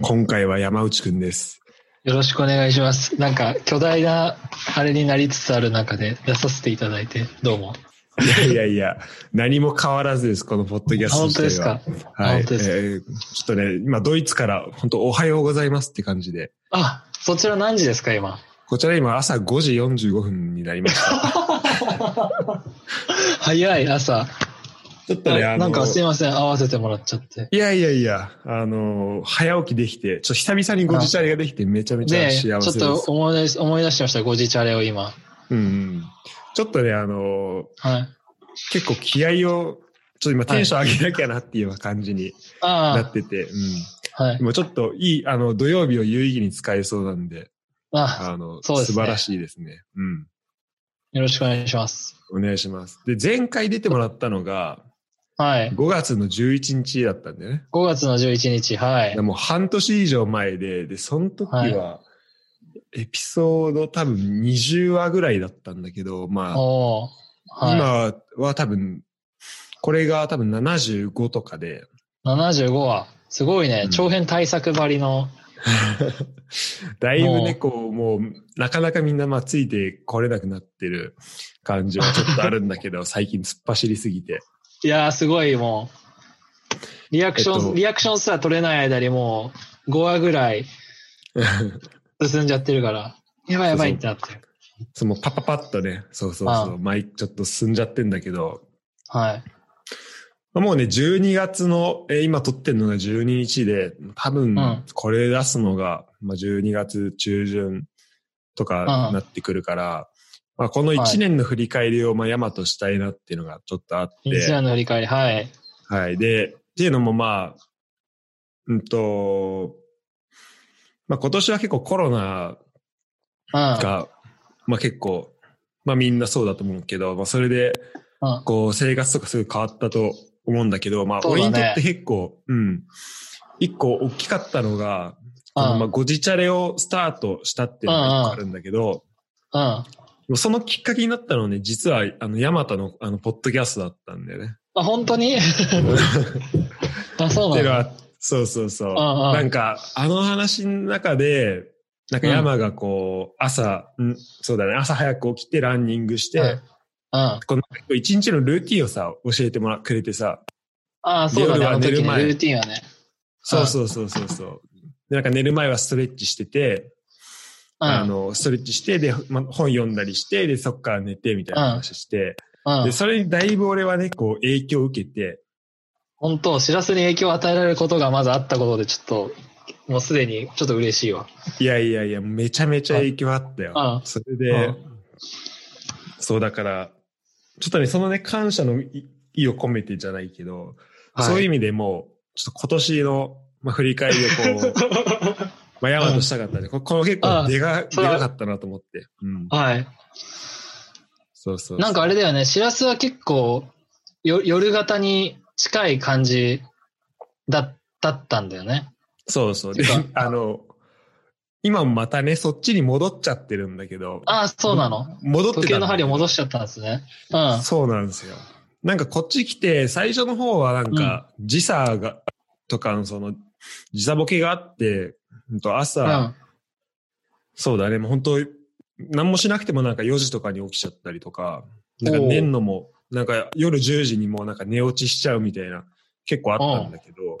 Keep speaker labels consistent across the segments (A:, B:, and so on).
A: 今回は山内くんです。
B: よろしくお願いします。なんか、巨大な、あれになりつつある中で出させていただいて、どうも。
A: いやいやいや、何も変わらずです、このポッドキャ
B: あ
A: スト
B: 本
A: 自
B: 当で
A: 体
B: す
A: は
B: か。
A: は
B: あ
A: い。え
B: 本当ですか
A: ーちょっとね、今ドイツから本当おはようございますって感じで。
B: あ、そちら何時ですか、今。
A: こちら今朝5時45分になりま した。
B: 早い朝。
A: ちょっとね、あ
B: あ
A: の、
B: なんかすいません、合わせてもらっちゃって。
A: いやいやいや、あの、早起きできて、ちょっと久々にご自チャレができてめちゃめちゃ
B: ね
A: 幸
B: え、
A: せ
B: ちょ
A: で
B: っ
A: す。
B: と思い出し、思い出してました、ごじチャレを今。
A: うんうん。ちょっとね、あの、
B: はい。
A: 結構気合を、ちょっと今テンション上げなきゃなっていうような感じにな
B: あ
A: ってて、うん。
B: あ、はい。
A: 今ちょっといい、あの、土曜日を有意義に使えそうなんで、
B: あ
A: あの、
B: そうです
A: 素
B: ね
A: 晴らしいですね。うん。
B: よろしくお願いします。
A: お願いします。で、前回出てもらったのが、
B: はい。
A: 5月の11日だったんだよね。
B: 5月の11日、はい
A: で。もう半年以上前で、で、その時は、エピソード多分20話ぐらいだったんだけど、ま
B: おー
A: あ、
B: は
A: 今は多分、これが多分75とかで、
B: い。75話。すごいね、
A: うん
B: 長編対策ばりの。
A: だいぶ
B: も
A: ね、
B: う
A: こう、もう、なかなかみんな、まあ、ついてこれなくなってる感じはちょっとあるんだけ ど、最近突っ走りすぎて。
B: いやー、すごい、もう。リアクション、
A: えっと
B: リアクションすら取れない間にもう、5話ぐ らい進んじゃってるから、やばいやばいってなってる。
A: そのパパパッとね、そうそう
B: あ
A: そ
B: あ
A: う、前ちょっと進んじゃってんだけど、
B: はい。
A: もうね、12月の、えー今撮ってるのが12日で、多
B: う
A: 分
B: ん、
A: これ出すのが、まあ、12月中旬とか
B: うん
A: なってくるから、まあ、この1年の振り返りを、まあ、山としたいなっていうのがちょっとあって、
B: 一年の振り返り、はい。
A: はい。で、っていうのもまあ、うんと、まあ今年は結構コロナ
B: うん。
A: が、まあ結構、まあみんなそうだと思うけど、まあそれで、
B: うん
A: こう生活とかすごい変わったと思うんだけど、まあ
B: そう
A: 俺
B: だね
A: にとって結構、うん。一個大きかったのが、このまあ
B: うん。
A: ご自チャレをスタートしたっていうのが一個あるんだけど、
B: あ、
A: そのきっかけになったのはね、実は、あの、ヤマタの、あの、ポッドキャストだったんだよね。
B: 本 当にあ、そう
A: っ
B: な
A: て
B: ん
A: の
B: だ。
A: は、そうそうそう。
B: ああ
A: なんか、あの話の中で、なんか山がこう、朝、んそうだね、朝早く起きてランニングして、
B: うんうん。
A: この一日のルーティンをさ、教えてもらくれてさ、
B: ああ、そうだ
A: 夜
B: ね。
A: は
B: あの
A: 寝
B: 時
A: る
B: の
A: 前
B: ルーティンはね。
A: そうそうそうそうそう。でなんか寝る前はストレッチしてて、あ
B: う
A: の、ストレッチして、で、ま、本読んだりして、で、そっから寝て、みたいな話して、
B: ん。う
A: で、
B: ん。
A: それにだいぶ俺はね、こう、影響を受けて、
B: 本当、知らずに影響を与えられることがまずあったことで、ちょっと、もうすでにちょっと嬉しいわ。
A: いやいやいや、めちゃめちゃ影響あったよ。
B: ああ
A: それで、
B: ああ
A: そうだから、ちょっとね、そのね、感謝の意意を込めてじゃないけど、
B: はい
A: そういう意味でもう、ちょっと今年の、まあ、振り返りをこう、まあ、ヤマとしたかったね。ここの結
B: あ
A: 構
B: あ
A: でが、で
B: そうだ
A: かかったなと思って。うん。
B: はい。
A: そうそうそう
B: なんかあれだよね、しらすは結構よ、夜型に近い感じだだったんだよね。
A: そうそう。で
B: てか、
A: あの、今もまたね、そっちに戻っちゃってるんだけど、
B: ああ、そうなの。
A: 戻ってたんだ
B: 時計の針を戻しちゃったんですね。うん。あ
A: そうなんですよ。なんかこっち来て、最初の方はなんか、時差が、とかのその、時差ボケがあって、うんと朝、
B: うん。
A: そうだね、もう本当、何もしなくてもなんか4時とかに起きちゃったりとか、なんか
B: おう
A: 寝んのも、なんか夜10時にもうなんか寝落ちしちゃうみたいな、結構あったんだけど、も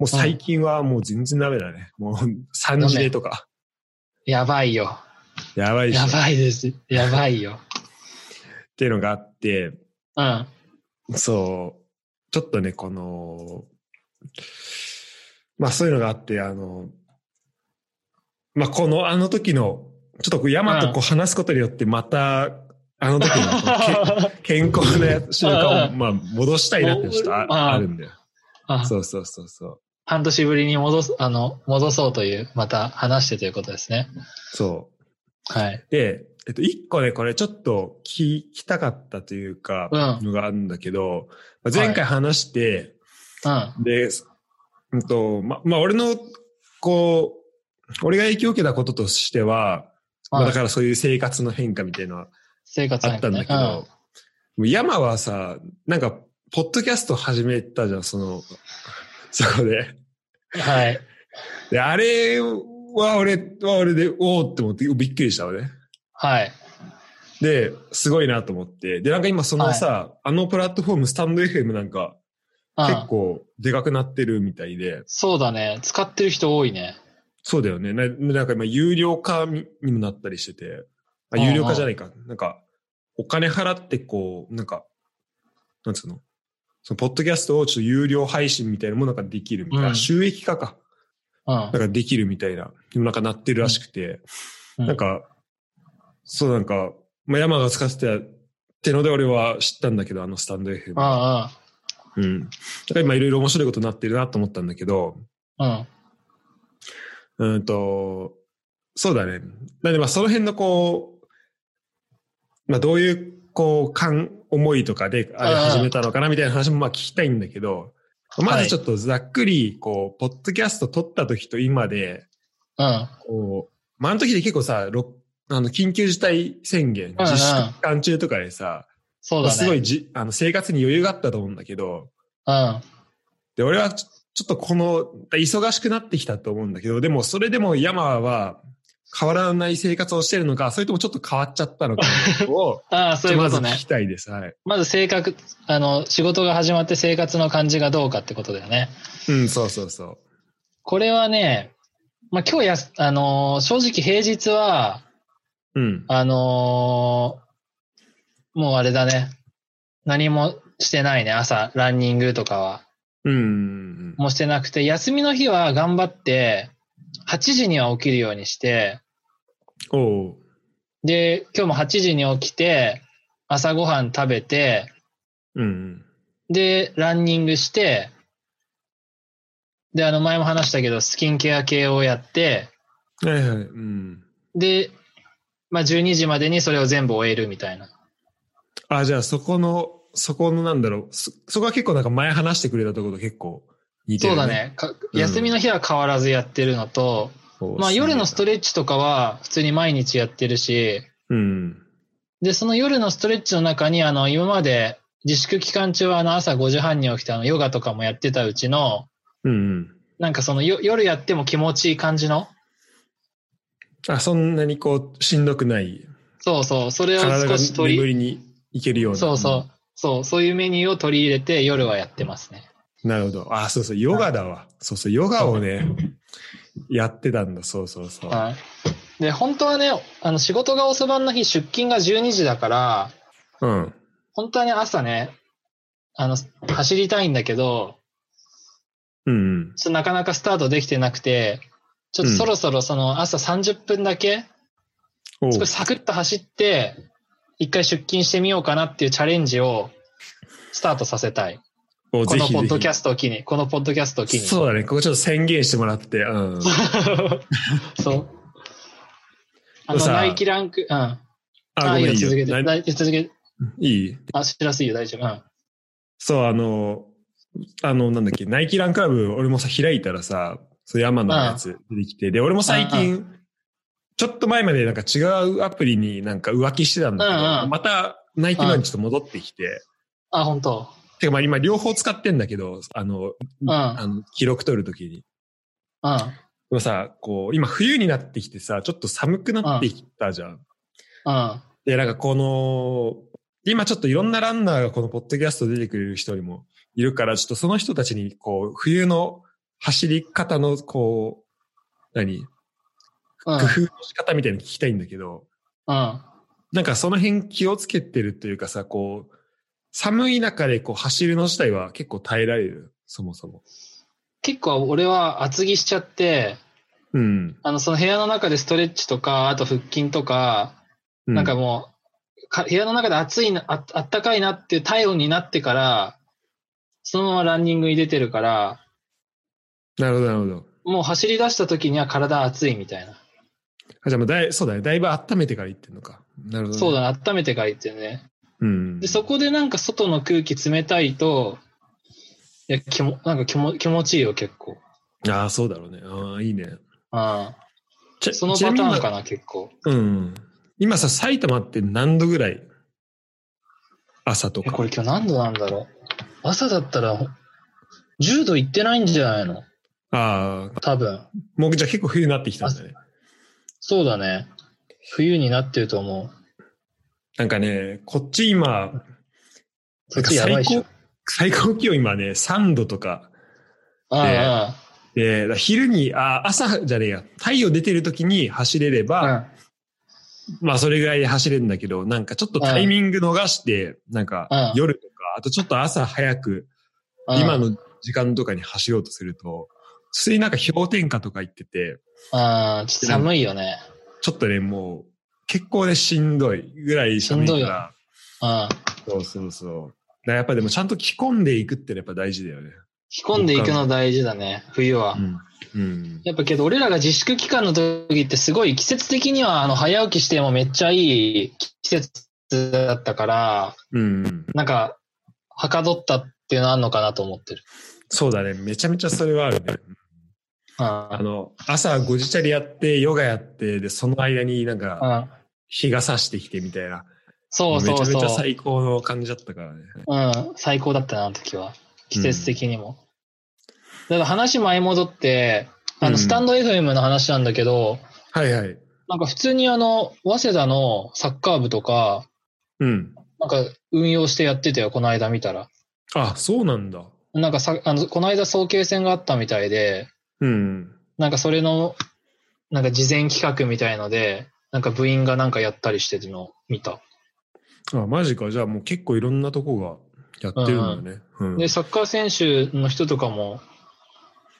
A: う最近はもう全然ダメだね。もう3時寝とか。
B: やばいよ。
A: やばいっしょ
B: や
A: っ
B: ばいです。やばいよ。
A: ていうのがあって、
B: うん。
A: そう。ちょっとね、この、まあそういうのがあって、あの、まあこの、あの時の、ちょっと山とこう話すことによって、また、あの時 のこのけ健康な習慣を、まあ戻したいなってちょっと
B: うん
A: ああるんだよ。
B: あ
A: そうそうそうそう。
B: 半年ぶりに戻す、あの、戻そうという、また話してということですね。
A: そう。
B: はい。
A: で、えっと、一個ね、これちょっと聞きたかったというか、
B: うん
A: のがあるんだけど、まあ前回話して、
B: うん。
A: で、うんと、ま、まあ、俺の、こう、俺が影響を受けたこととしては、まあ、だ
B: はい
A: からそういう生活の変化みたいなのは
B: 生活
A: あ
B: なん
A: った
B: か
A: んだ
B: ね
A: けど、もう山はさ、なんか、ポッドキャスト始めたじゃん、その、そこで。
B: うんはい。
A: で、あれは俺は俺で、おおって思ってびっくりしたわね。
B: はい。
A: で、すごいなと思って。で、なんか今そのさ、あのプラットフォーム、スタンド FM なんか
B: うん
A: 結構でかくなってるみたいで、
B: そうだね。使ってる人多いね。
A: そうだよね。ななんか今有料化ににもなったりしてて、あ、
B: うんうん
A: 有料化じゃないか。なんか、お金払ってこう、なんか、なんつうのそのポッドキャストをちょっと有料配信みたいなのもなんかできるみたいな、
B: うん
A: 収益化か。
B: うん
A: なん。かできるみたいな、でもなんかなってるらしくて、
B: うん
A: なんか、そうなんか、まあ、山が使ってたってので俺は知ったんだけど、あのスタンド FM。
B: あ
A: うん。だから今いろいろ面白いことになってるなと思ったんだけど、
B: あ、うん。
A: うんと、そうだね。なんでまあその辺のこう、まあどういう、こう、感、思いとかで、あれ始めたのかなみたいな話もまあ聞きたいんだけど、まずちょっとざっくり、こう、ポッドキャスト撮った時と今で、
B: うん。
A: こう、まあ、あの時で結構さ、ロあの、緊急事態宣言、
B: うんうん
A: 自粛期間中とかでさ、
B: そう
A: まあ
B: だね。
A: すごいじ、あの、生活に余裕があったと思うんだけど、
B: うん。
A: で、俺はちょちょっとこの、忙しくなってきたと思うんだけど、でも、それでも山は変わらない生活をしてるのか、それともちょっと変わっちゃったのかを、
B: あ あ、そういう
A: ま
B: こ
A: ず
B: と
A: 聞
B: ね
A: き。たいです。はい。
B: まず性格、あの、仕事が始まって生活の感じがどうかってことだよね。
A: うん、そうそうそう。
B: これはね、まあ、今日やす、あのー正直平日は、
A: うん。
B: あのーもうあれだね。何もしてないね。朝、ランニングとかは。
A: うんうん。
B: もうしてなくて、休みの日は頑張って、8時には起きるようにして、
A: うんおう。
B: で、今日も8時に起きて、朝ごはん食べて、
A: うん
B: で、ランニングして、で、あの、前も話したけど、スキンケア系をやって、
A: うん。はいはい。うん。
B: で、まあ、12時までにそれを全部終えるみたいな。
A: あ、じゃあそこの、そこのなんだろう、そ、そこは結構なんか前話してくれたところと結構似てる、
B: そうだ。ね。か
A: うん
B: 休みの日は変わらずやってるのと、
A: そう
B: まあ、夜のスト
A: レ
B: レッチとかは普通に毎日やってるし、
A: うん。
B: で、その夜のストレッチの中に、あの、今まで自粛期間中はあの朝5時半に起きてあのヨガとかもやってたうちの、
A: うんうん。
B: なんかそのよ夜やっても気持ちいい感じの、
A: あ、そんなにこう、しんどくない。
B: そうそう、それを
A: 体が
B: 少し取
A: 眠
B: り、
A: りにいけるような。
B: そうそう、そう、そういうメニューを取り入れて夜はやってますね。
A: うん。なるほど。あ、そうそう、ヨガだわ。そうそう、ヨガをね、やってたんだ。そうそうそう。
B: はい。で、本当はね、あの、仕事が遅番の日出勤が12時だから、
A: うん。
B: 本当はね、朝ね、あの、走りたいんだけど、
A: うんうん。
B: ちょっとなかなかスタートできてなくて、ちょっとそろそろその朝30分だけ、
A: おう
B: 少しサクッと走って、一回出勤してみようかなっていうチャレンジをスタートさせたい。
A: おう
B: こ
A: ぜ
B: の
A: ひ
B: ポッドキ
A: ぜ
B: ャストを機に、このポッドキャストを機
A: ひ。
B: に。
A: そうだね。ここちょっと宣言してもらって。 うん。
B: そう。あ
A: でも
B: の、
A: さ
B: ナイキランク、うん。あ
A: あ、ご
B: いい
A: め
B: よ、
A: んいい
B: 続け
A: よ。
B: て。
A: ない
B: い続けて。
A: いい
B: あ、知らすいいよ、大丈夫。うん。
A: そう、あの、あの、なんだっけ、ナイキランクラブ、俺もさ、開いたらさ、そう山のやつ出てきて、で、俺も最近、ちょっと前までなんか違うアプリになんか浮気してたんだけど、
B: うんうん
A: またナイキのにちょっと戻ってきて、
B: あ、本当
A: てかまあ今両方使ってんだけど、あの、
B: うん。うん。
A: あの記録取るときに。
B: う
A: でもさ、こう、今冬になってきてさ、ちょっと寒くなってきたじゃん。
B: ん。
A: で、なんかこの、今ちょっといろんなランナーがこのポッドキャスト出てくれる人にもいるから、ちょっとその人たちにこう、冬の走り方のこう、何
B: うん
A: 工夫の仕方みたいなの聞きたいんだけど、
B: うん。
A: なんかその辺気をつけてるというかさ、こう、寒い中でこう走るの自体は結構耐えられる、そもそも。
B: 結構俺は厚着しちゃって、
A: うん。
B: あの、その部屋の中でストレッチとか、あと腹筋とか、
A: う
B: なんか、もう、か部屋の中で暑いな、ああったかいなっていう体温になってから、そのままランニングに出てるから、
A: なるほど、なるほど。
B: もう走り出した時には体暑いみたいな。
A: あじゃあもうだい、そうだね。だいぶ温めてから行ってんのか。なるほど、
B: そう
A: ね。
B: だね、温めてから行ってね。
A: うん。
B: で、そこでなんか外の空気冷たいと、いや、気も、なんか気も気持ちいいよ、結構。
A: ああ、そうだろうね。ああ、いいね。
B: うん。
A: ち
B: そのパ
A: ち
B: タ
A: なみに
B: ーンかな、結構。
A: うん。今さ、埼玉って何度ぐらい朝と
B: え、
A: か。
B: これ今日何度なんだろう。朝だったら、10度行ってないんじゃないの
A: ああ、
B: 多分。
A: もうじゃあ結構冬になってきたんだね。
B: そうだね。冬になってると思う。
A: なんかね、こっち今、
B: そっちやばいっしょ。
A: 最高気温今ね、3度とか。
B: あ
A: ね
B: あ
A: で、だから昼に、あ朝じゃねえや、太陽出てる時に走れれ
B: ああ、
A: ば、
B: うん
A: まあそれぐらいで走れるんだけど、なんかちょっとタイミング逃して、なんか
B: うん
A: 夜とか、あとちょっと朝早く、
B: うん
A: 今の時間とかに走ろうとすると、普通になんか氷点下とか行ってて、
B: ああ、ちょっと寒いよね。
A: ちょっとね、もう結構ね、しんどいぐらい寒いか
B: しんどい
A: ら。
B: うん。
A: そうそうそう。だからやっぱでもちゃんと着込んでいくってのはやっぱ大事だよね。
B: 着込んでいくの大事だね、冬は。
A: うん。うん。
B: やっぱけど、俺らが自粛期間の時ってすごい季節的には、あの、早起きしてもめっちゃいい季節だったから、
A: うん。
B: なんか、はかどったっていうのあんのかなと思ってる。
A: そうだね。めちゃめちゃそれはあるね。あ
B: あ
A: の、朝5時チャリやって、ヨガやって、で、その間になんか
B: あ
A: 日が差してきてみたいな。
B: そうそう
A: めちゃめちゃ
B: そう。
A: 最高の感じだったからね。
B: うん、最高だったな、あの時は。季節的にも。だから話前戻って、あ
A: う
B: の、
A: ん
B: スタンド FM の話なんだけど、
A: はいはい。
B: なんか普通にあの、早稲田のサッカー部とか、
A: うん。
B: なんか運用してやってたよ、この間見たら。
A: あ、そうなんだ。
B: なんかさ、あの、この間早慶戦があったみたいで、
A: うん。
B: なんかそれの、なんか事前企画みたいので、なんか部員がなんかやったりしてるのを見た。
A: あ、マジか。じゃあもう結構いろんなとこがやってるんだね。うん。
B: で、サッカー選手の人とかも、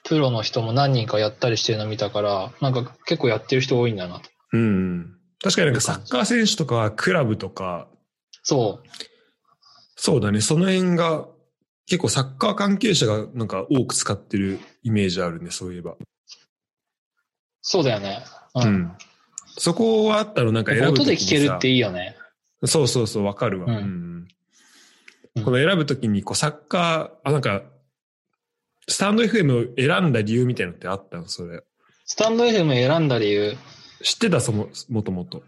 B: プロの人も何人かやったりしてるの見たから、なんか結構やってる人多いんだなと。
A: うん。確かになんかサッカー選手とか、クラブとか、
B: そう。
A: そうだね。その辺が、結構サッカー関係者がなんか多く使ってるイメージあるね、そういえば。
B: そうだよね。う。
A: うんん。そこはあったのなんか選ぶと
B: 音
A: き
B: で
A: に
B: 聞けるっていいよね。
A: さそうそうそう、わかるわ。
B: う
A: うんん。
B: うん
A: この選ぶときに、こうサッカー、あ、なんか、スタンド FM を選んだ理由みたいなのってあったのそれ。
B: スタンド FM 選んだ理由。
A: 知ってたそも、もともと。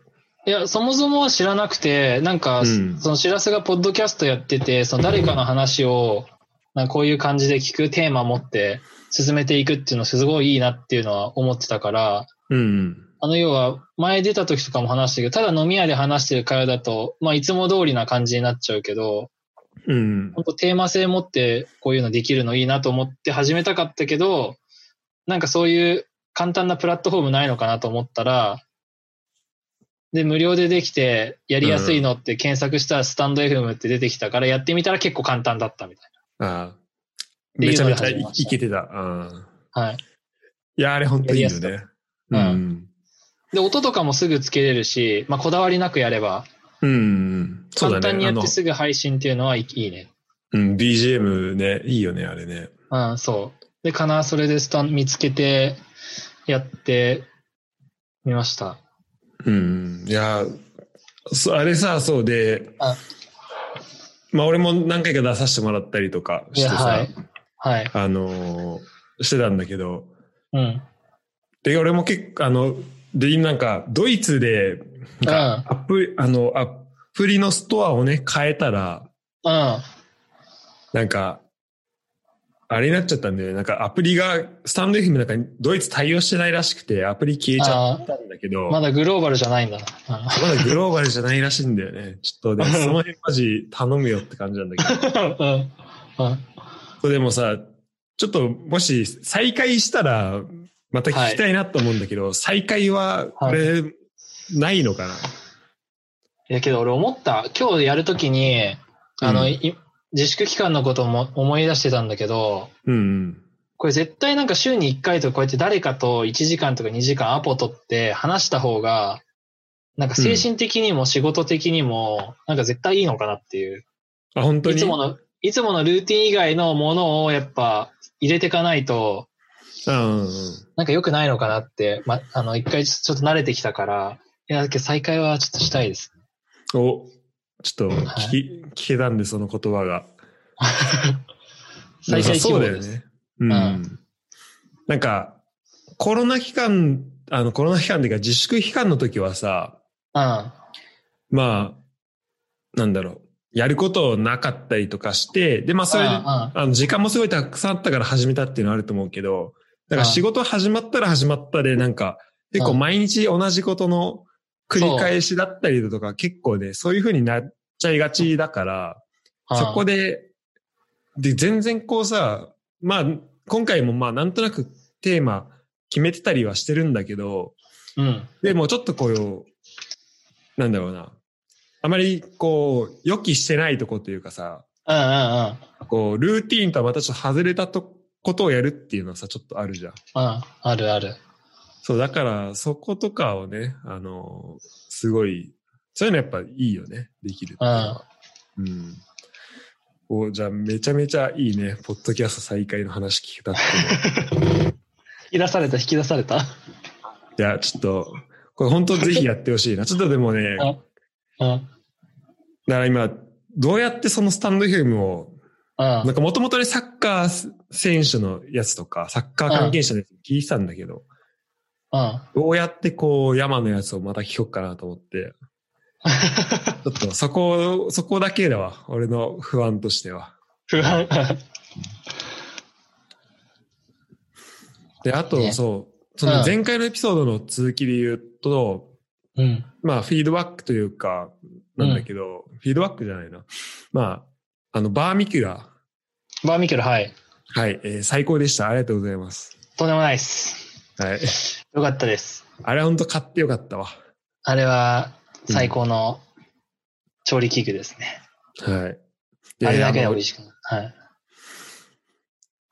B: いや、そもそもは知らなくて、なんか、
A: うん
B: その知らせがポッドキャストやってて、その誰かの話を、なんかこういう感じで聞くテーマ持って進めていくっていうのすごいいいなっていうのは思ってたから、
A: うん。
B: あの要は前出た時とかも話したけど、ただ飲み屋で話してる会話だと、まあいつも通りな感じになっちゃうけど、
A: うん。
B: 本当テーマ性持ってこういうのできるのいいなと思って始めたかったけど、なんかそういう簡単なプラットフォームないのかなと思ったら、で、無料でできて、やりやすいのって検索したらスタンド FM って出てきたから、やってみたら結構簡単だったみたい
A: ああ。
B: て
A: め
B: いう
A: ちゃ
B: の
A: め
B: で
A: ちゃ
B: 始め
A: い
B: ました
A: いけてた。うん。
B: な。はい。
A: いや、あれ本当いいよ
B: やり
A: ね。
B: う
A: うんん。
B: で、音とかもすぐつけれるし、まあこだわりなくやれば、
A: うん。そうだ
B: 簡
A: ね。
B: 単にやっ
A: あの
B: てすぐ配信っていうのはいいいいね。
A: うん、BGM ね、いいよね、あれね。
B: うん、そう。で、かな、それでスタン見つけて、やってみました。
A: うん。いや、そあれさ、そうで
B: あ、
A: まあ俺も何回か出させてもらったりとか
B: い
A: して
B: や、
A: さ、
B: はい。はい。
A: あのーしてたんだけど、
B: うん。うん。
A: で、俺も結構、あの、で、なんか、ドイツで、なんかアプリ、あの、アプリのストアをね、変えたら、
B: うん。
A: なんか、あれになっちゃったんだよね。なんかアプリが、スタンド FM なんかにドイツ対応してないらしくて、アプリ消えちゃったんだけど、
B: ま
A: まだ
B: だグローバルじゃないんだな。
A: グローバルじゃないらしいんだよね。ちょっと ね、その辺マジ頼むよって感じなんだけど。
B: うん。うんうん。
A: これでもさ、ちょっともし再開したら、また聞きたいなと思うんだけど、再開は、これ、ないのかな、
B: いやけど俺思った。今日やるときに、あの、
A: うん
B: い自粛期間のことも思い出してたんだけど、
A: うんうん。
B: これ絶対なんか週に1回とかこうやって誰かと1時間とか2時間アポ取って話した方が、なんか精神的にも仕事的にも、なんか絶対いいのかなっていう。
A: あ、本当
B: い
A: に
B: つもの、いつものルーティン以外のものをやっぱ入れていかないと、
A: うんうんうん。
B: なんか良くないのかなって、ま、あの、一回ちょっと慣れてきたから、いや、だけど再開はちょっとした いです。
A: お、ちょっと聞き、聞けたんで、その言葉が。
B: 再開希
A: そ
B: 望
A: うだよ
B: です。
A: ね。うん。
B: うん
A: なんか、コロナ期間、あの、コロナ期間っていうか自粛期間の時はさ、
B: うん。
A: まあ、なんだろう、やることなかったりとかして、で、まあ、それで、
B: うんうん
A: あの、時間もすごいたくさんあったから始めたっていうのはあると思うけど、だから仕事始まったら始まったで、なんか、結構毎日同じことの繰り返しだったりだとか、結構ね、そういう風になっちゃいがちだから、そこ
B: で、
A: で、で、全然こうさ、まあ、今回もまあ、なんとなくテーマ決めてたりはしてるんだけど、
B: うん。
A: でもちょっとこう、なんだろうな。あまりこう、予期してないとこというかさ、
B: うんうんうん。
A: こう、ルーティーンとはまたちょっと外れたとことをやるっていうのはさ、ちょっとあるじゃん。
B: うん。あるある。
A: そう、だから、そことかをね、あの、すごい、そういうのやっぱいいよね、できるっていうのは。うん。おじゃあ、めちゃめちゃいいね、ポッドキャスト再開の話聞けたって いうのは
B: 引き出された、引き出された。
A: じゃあ、ちょっと、これ本当ぜひやってほしいな。ちょっとでもね、
B: あうん。うん。
A: だから今、どうやってそのスタンド FM を、
B: あ
A: なんかもともとね、サッカー選手のやつとか、サッカー関係者のやつ聞いてたんだけど、
B: あ。
A: どうやってこう、山のやつをまた聞こっかなと思って、ちょっ とそこ、そこだけだわ。俺の不安としては。
B: 不安。
A: で、あと、
B: ね
A: そう、その
B: うん
A: 前回のエピソードの続きで言うと、
B: うん。
A: まあ、フィードバックというか、なんだけど、フィードバックじゃないな。まあ、あの、バーミキュラ
B: バーミキュラ、はい。
A: ー。はい、えー最高でした。ありがとうございます。
B: とんでもないっす。
A: はい。
B: よかったです。
A: あれほんと買ってよかったわ。
B: あれは、最高の調理器具ですね。
A: はい。
B: あれだけで
A: あの
B: 美味しくなる。はい。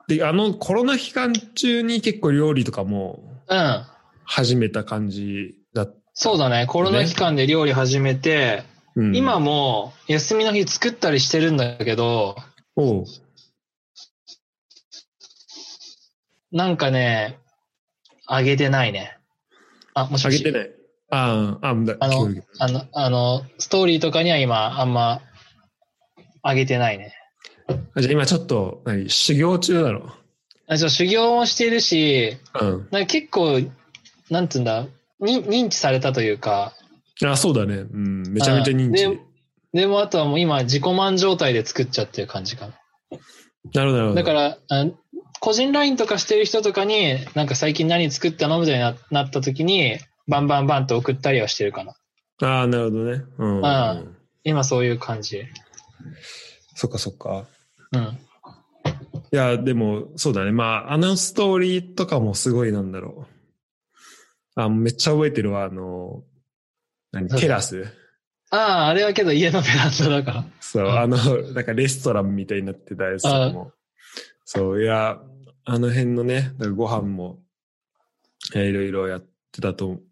A: で、あの、コロナ期間中に結構料理とかも
B: うん。
A: 始めた感じだっ
B: そうだね。コロナ期間で料理始めて、
A: うん、
B: 今も休みの日作ったりしてるんだけど、
A: おう
B: なんかね、あげてないね。あ、もし
A: あ
B: もし
A: げてない。ああ、あ、だ
B: あの
A: 聞こえるけど
B: あの、あの、ストーリーとかには今、あんま、あげてないね。
A: あじゃあ今ちょっと、何、修行中だろ。
B: あちょ修行もしてるし、
A: うん。
B: なんか結構、なんつうんだ、に認知されたというか、
A: あ、そうだね。うん。めちゃめちゃ認知。
B: うんでもあとはもう今自己満状態で作っちゃってる感じか
A: なるほど、なるほ
B: な。
A: ど。
B: だから、あ個人 LINE とかしてる人とかに、なんか最近何作ったのみたいにななった時に、バンバンバンと送ったりはしてるかな。
A: ああ、なるほどね。うん。
B: ああ
A: うん
B: 今そういう感じ。
A: そっかそっか。
B: うん。
A: いや、でも、そうだね。まあ、あのストーリーとかもすごいなんだろう。あ、めっちゃ覚えてるわ。あの、何、テラス。
B: ああ、あれはけど家のベランダだから。
A: そう、
B: うん
A: あの、なんかレストランみたいになってたやつとかも。そう、いや、あの辺のね、だからご飯も、いやいろいろやってたと思う。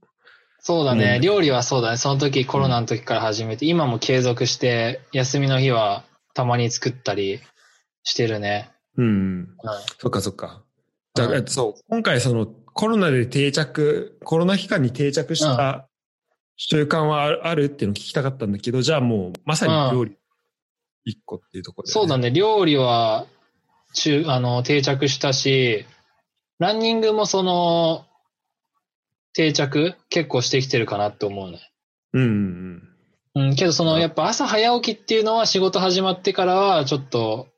B: そうだね、
A: うん
B: 料理はそうだね。その時、コロナの時から始めて、今も継続して、休みの日はたまに作ったりしてるね。
A: うん。
B: うん
A: そっかそっか。じゃあ
B: うん
A: えっとそう、今回そのコロナで定着、コロナ期間に定着した習慣はあるあるっていうのを聞きたかったんだけど、じゃあもうまさに料理一個っていうところで、
B: そうだ
A: ね。
B: ね、料理は、中、あの、定着したし、ランニングもその、定着結構してきてるかなって思うね。
A: うんうん
B: うん、けどその、
A: うん
B: やっぱ朝早起きっていうのは仕事始まってからはちょっと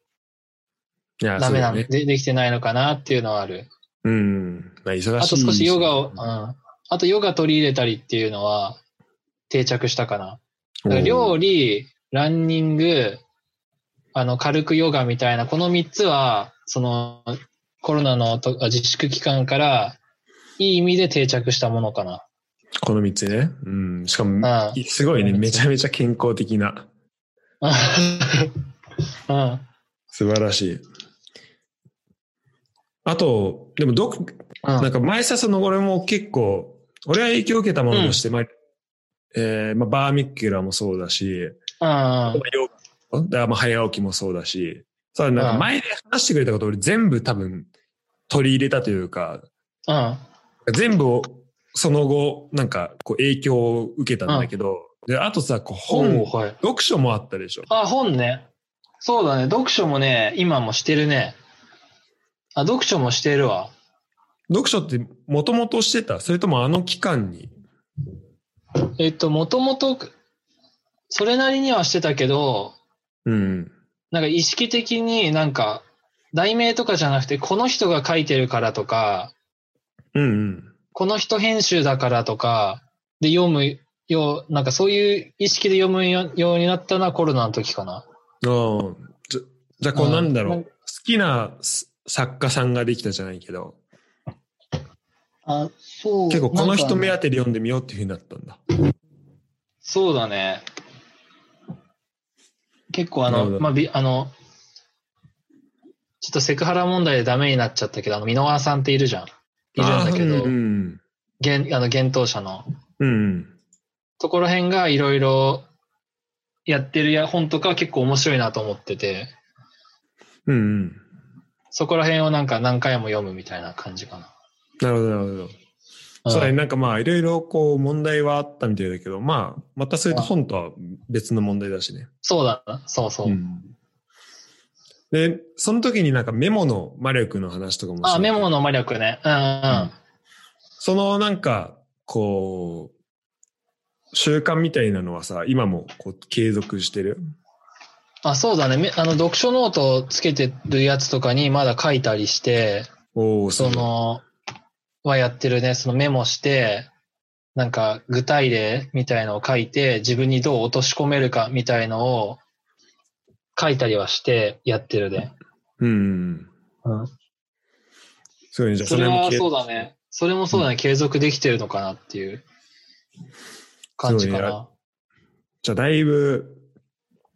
A: うん。いや、
B: ダメな
A: そ
B: ん
A: うだ
B: で、
A: ね。
B: でできてないのかなっていうのはある。
A: うん。まあ忙しい。
B: あと少しヨガを、う。
A: うん
B: あとヨガ取り入れたりっていうのは定着したかな。だから料
A: 理。
B: 理、ランニング、あの、軽くヨガみたいな、この3つは、その、コロナのと自粛期間から、いい意味で定着したものかな。
A: この三つね。うん。しかも、
B: うん。
A: すごいね、
B: この
A: め
B: 三つ
A: ちゃめちゃ健康的な。
B: うん。
A: 素晴らしい。あと、でもど、
B: うん
A: なんか前さ、その俺も結構、俺は影響を受けたものとして、まあ、えーまあ、バーミキュラもそうだし、
B: うん
A: まあヨガだからまあ早起きもそうだし、さあなんか前で話してくれたこと俺全部多分取り入れたというか、
B: うん。
A: 全部をその後、なんかこう影響を受けたんだけど、で、あとさ、こう本、
B: おーはい。
A: 読書もあったでしょ。
B: あ、本ね。そうだね。読書もね、今もしてるね。あ、読書もしてるわ。
A: 読書ってもともとしてたそれともあの期間に
B: えっと、もともと、それなりにはしてたけど、
A: うん。
B: なんか意識的になんか、題名とかじゃなくて、この人が書いてるからとか、
A: うんうん。
B: この人編集だからとか、で読むよう、なんかそういう意識で読むよようになったのはコロナの時かな。
A: ああじゃ、じゃあこうなんだろ
B: うん
A: う。好きなす作家さんができたじゃないけど、
B: あ、そう
A: 結構この人目
B: は
A: 当てで読んでみようっていうふうになったんだ。
B: そうだね。結構あ
A: なるほ
B: の、
A: ど
B: まあ、びあの、ちょっとセクハラ問題でダメになっちゃったけど、あの、箕輪さんっているじゃん。いるんだけ
A: ああ
B: ど、
A: うん
B: げんあの、幻冬者の。
A: うん。うん
B: ところへんがいろいろやってるや本とかは結構面白いなと思ってて、
A: うん。うんうん。
B: そこら辺をなんか何回も読むみたいな感じか
A: なるほど、なるほど。
B: な。
A: そうだね、
B: ん
A: なんかまあいろいろこう問題はあったみたいだけど、まあまたそれと本とは別の問題だしね。
B: そうだな。そうそう。
A: うんで、その時になんかメモのマリオ君の話とかも
B: あ、メモ
A: の。
B: の魔力ね。うんうん。うん、
A: そのなんか、こう、習慣みたいなのはさ、今もこう継続してる。
B: あ、そうだね。めあの、読書ノートをつけてるやつとかにまだ書いたりして、
A: おお
B: そ、の、はやってるね。そのメモして、なんか具体例みたいのを書いて、自分にどう落とし込めるかみたいのを書いたりはしてやってるね。
A: うんうん。
B: うん。
A: すごいね。じゃあ
B: それは
A: 継
B: そうだね。それもそうだね。継続できてるのかなっていう感じか
A: そう
B: な。
A: じゃあだいぶ、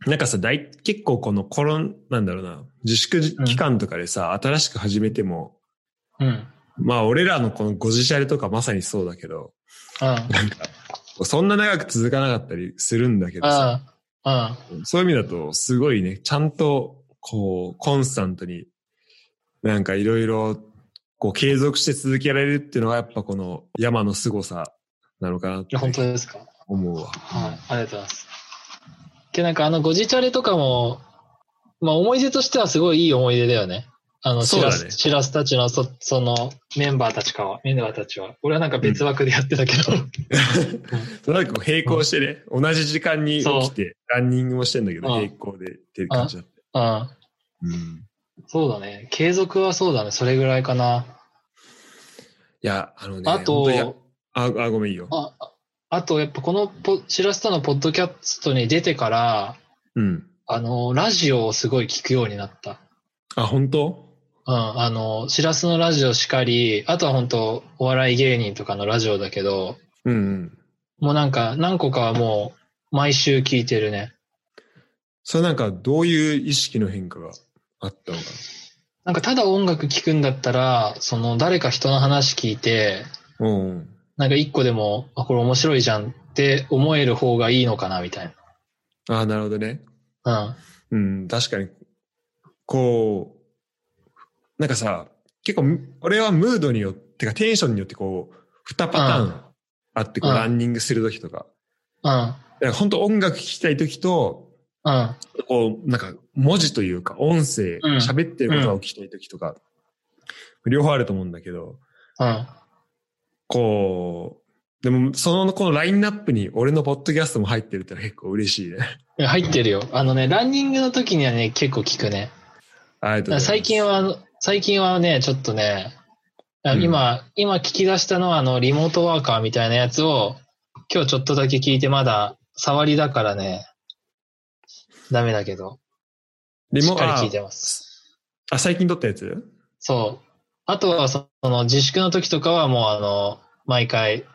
A: なんかさ、だい結構このコロン、なんだろうな、自粛期間とかでさ、新しく始めても、
B: うん。うん。
A: まあ俺らのこのご自社でとかまさにそうだけど、なんか、そんな長く続かなかったりするんだけどさ、
B: ああ、
A: そういう意味だとすごいね、ちゃんとこう、コンスタントに、なんかいろいろ、こう継続して続けられるっていうのがやっぱこの山の凄さなのかなっ
B: い
A: て
B: や、本当ですか。
A: 思うわ。
B: はい。ありがとうございます。で、なんかあの、ごじチャレとかも、まあ、思い出としてはすごいいい思い出だよね。あの、
A: そう
B: シラ
A: だね
B: ス、シラスたちの、そ、その、メンバーたちかは、メンバーたちは。俺はなんか別枠でやってたけど。
A: なんかこう並行してね、同じ時間に起きてランニングもしてんだけど、
B: うん
A: 並行でっていう感じだった。
B: うん。
A: うん
B: そうだね。継続はそうだね。それぐらいかな。
A: いや、あのね、
B: あ
A: 本当にや
B: と、
A: あ、あごめんいいよ。
B: あ、ああと、やっぱこのポ、シラスタのポッドキャストに出てから、
A: うん。
B: あの、ラジオをすごい聞くようになった。
A: あ、本当
B: うん、あの、シラスのラジオしかり、あとは本当お笑い芸人とかのラジオだけど、
A: うんうん。
B: もうなんか、何個かはもう、毎週聞いてるね。
A: それなんかどういう意識の変化があったのか
B: なんか、ただ音楽聞くんだったら、その、誰か人の話聞いて、
A: なうん。
B: なんか一個でも、あ、これ面白いじゃんって思える方がいいのかな、みたい
A: あなるほどね。
B: な。うん。
A: うん、確かに。こう、なんかさ、結構、俺はムードによってか、テンションによってこう、二パターンあって、こう、
B: うん
A: ランニングするときとか。
B: うん。
A: だから本当音楽聴きたいときと、
B: うん。
A: こう、なんか文字というか音声、
B: うん
A: 喋ってることを聞きたいときとか、両方あると思うんだけど、
B: うん。
A: こう、でも、その、このラインナップに俺のポッドキャストも入ってるってのは結構嬉しいね。
B: いや入ってるよ。あのね、ランニングの時にはね、結構聞くね。
A: ありがとうございます
B: 最近は、あの最近はね、ちょっとね、あ
A: うん
B: 今、今聞き出したのは、あの、リモートワーカーみたいなやつを、今日ちょっとだけ聞いて、まだ、触りだからね、ダメだけど、
A: リ
B: し
A: モ
B: っかり聞いてます。
A: あ、最近撮ったやつ
B: そう。あとは、そその、自粛の時とかはもう、あの、毎回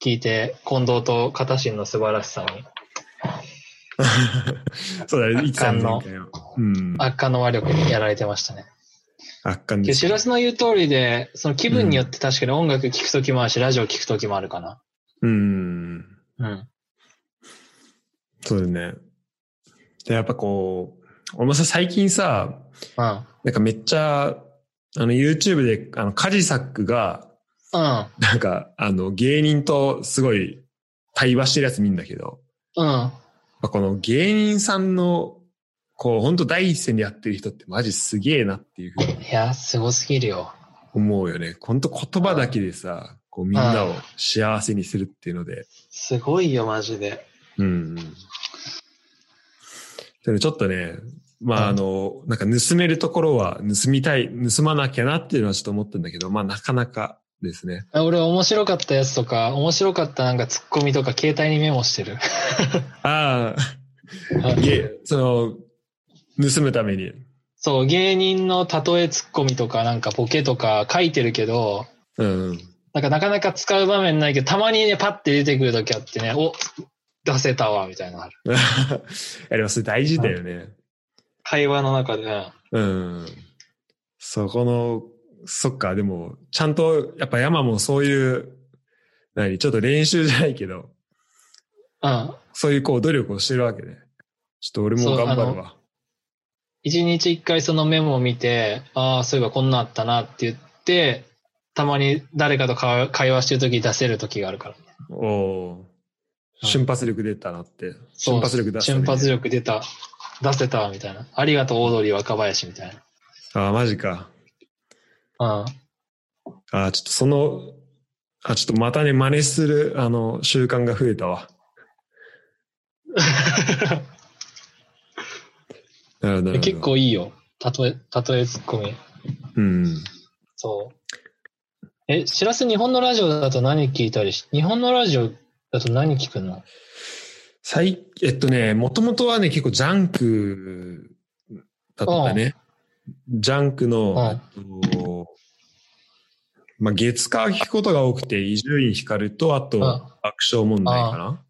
B: 聞いて、近藤と片心の素晴らしさに、
A: そうだね、いつかの前回は。うん。
B: 悪化の魔力にやられてましたね。
A: 圧巻で
B: ですシ
A: よ。
B: ラスの言う通りで、その気分によって確かに音楽聴くときもあるし、ラジオ聴くときもあるかな。
A: うん。
B: うん。
A: そうだね。で、やっぱこう、俺もさ、最近さ、
B: うん。
A: なんかめっちゃ、あの、YouTube で、あの、カジサックが、
B: うん。
A: なんか、あの、芸人とすごい対話してるやつ見んだけど、
B: うん。
A: まあ、この芸人さんの、こう、本当第一線でやってる人ってマジすげえなっていうふうに
B: いや、すごすぎるよ。
A: 思うよね。本当言葉だけでさ、こうみんなを幸せにするっていうので。
B: すごいよ、マジで。
A: うん、うん。それちょっとね、まああの、なんか盗めるところは盗みたい、盗まなきゃなっていうのはちょっと思ってんだけど、まあなかなかですね。
B: 俺面白かったやつとか、面白かったなんかツッコミとか携帯にメモしてる。
A: ああ、いえ、その、盗むために。
B: そう、芸人の例えツッコミとかなんかボケとか書いてるけど、
A: うん。
B: なんかなかなか使う場面ないけど、たまにね、パッて出てくるときあってね、お、出せたわ、みたいなのある。
A: やります。大事だよね。
B: 会話の中で、ね、
A: うん。そこの、そっか、でも、ちゃんと、やっぱ山もそういう、何、ちょっと練習じゃないけど、
B: うん。
A: そういうこう努力をしてるわけね。ちょっと俺も頑張るわ。
B: 一日一回そのメモを見て、ああ、そういえばこんなんあったなって言って、たまに誰かとか会話してるとき出せるときがあるからね。
A: おおー。瞬発力出たなって。
B: そ
A: 瞬
B: う
A: 発力出したね、
B: 瞬発力出た、出せたわ、みたいな。ありがとう、オードリー若林、みたい
A: ああ、マジか。
B: な。うん。
A: ああ、ちょっとその、あ、ちょっとまたね、真似する、あの、習慣が増えた わ。なるほどなるほど。
B: 結。構いいよ。たとえ、たとえツッコミ。
A: うん。
B: そう。え、しらす日本のラジオだと何聞いたりし、日本のラジオだと何聞くの
A: 最、えっとね、もともとはね、結構ジャンクだったね。ジャンクの、えっとまあ、月火聞くことが多くて、伊集院光と、あと、
B: うん
A: 爆笑問題かな。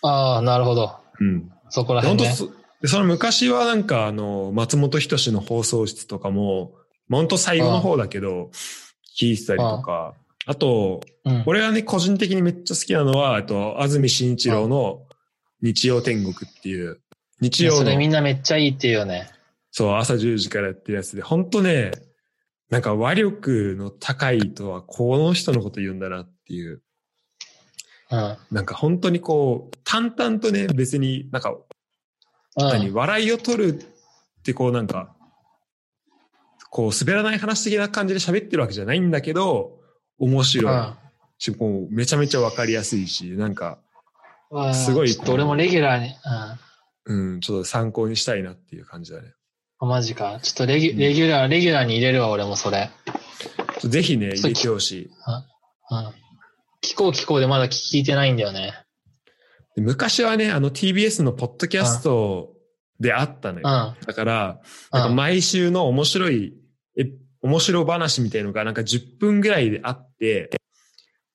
B: ああ、なるほど。
A: うん。
B: そこら
A: 本
B: 辺
A: 当
B: ね。
A: そ、でその昔はなんか、あの、松本人志の放送室とかも、まあ本当最後の方だけど、聞いてたりとか、あと、
B: うん、
A: 俺はね、個人的にめっちゃ好きなのは、えっと、安住紳一郎の日曜天国っていう、日曜
B: それみ
A: の、
B: んなめっちゃいいって言うよね。
A: そう、朝10時からやってるやつで、本当ね、なんか話力の高いとは、この人のこと言うんだなっていう、
B: うん。
A: なんか本当にこう、淡々とね、別になんか、
B: う
A: 何、
B: ん。
A: 笑いを取るってこうなんか、こう滑らない話的な感じで喋ってるわけじゃないんだけど、面
B: う
A: 白い
B: ん
A: し、こうめちゃめちゃわかりやすいし、なんか、
B: うわー
A: すごい
B: ちょっと俺もレギュラーに、
A: うん、ちょっと参考にしたいなっていう感じだね。
B: うん。マジか。ちょっとレギ
A: う
B: ュ
A: ん
B: レギュラー、レギュラーに入れるわ、俺もそれ。
A: ちょっとぜひね、
B: そう
A: 入れてほしい。
B: うん。聞こう聞こうでまだ聞いてないんだよね。
A: で昔はね、あの TBS のポッドキャストであったの
B: う
A: よ。
B: ん。
A: だから、
B: う
A: なんか
B: ん。
A: 毎週の面白い、え、面白話みたいのがなんか10分ぐらいであって、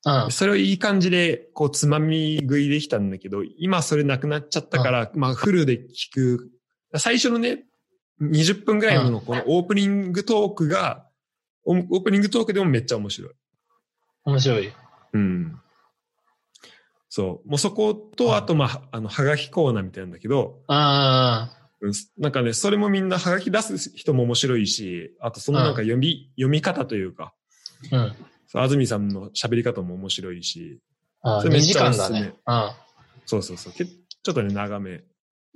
B: うん。
A: それをいい感じで、こう、つまみ食いできたんだけど、今それなくなっちゃったから、まあ、フルで聞く。最初のね、20分ぐらいのこのオープニングトークが、オオープニングトークでもめっちゃ面白い。
B: 面白い。
A: うん。そう。もうそこと、あと、まあ、あの、はがきコーナーみたいなんだけど、
B: あ
A: うんなんかね、それもみんなはがき出す人も面白いし、あとそのなんか読み、読み方というか、
B: あ、うん。
A: そう安住さんの喋り方も面白いし、
B: ああ、
A: それめ
B: 2
A: っ
B: 時
A: ちゃお
B: 間
A: す
B: だ
A: すめ
B: ね。うん。
A: そうそうそう。けちょっとね、長め。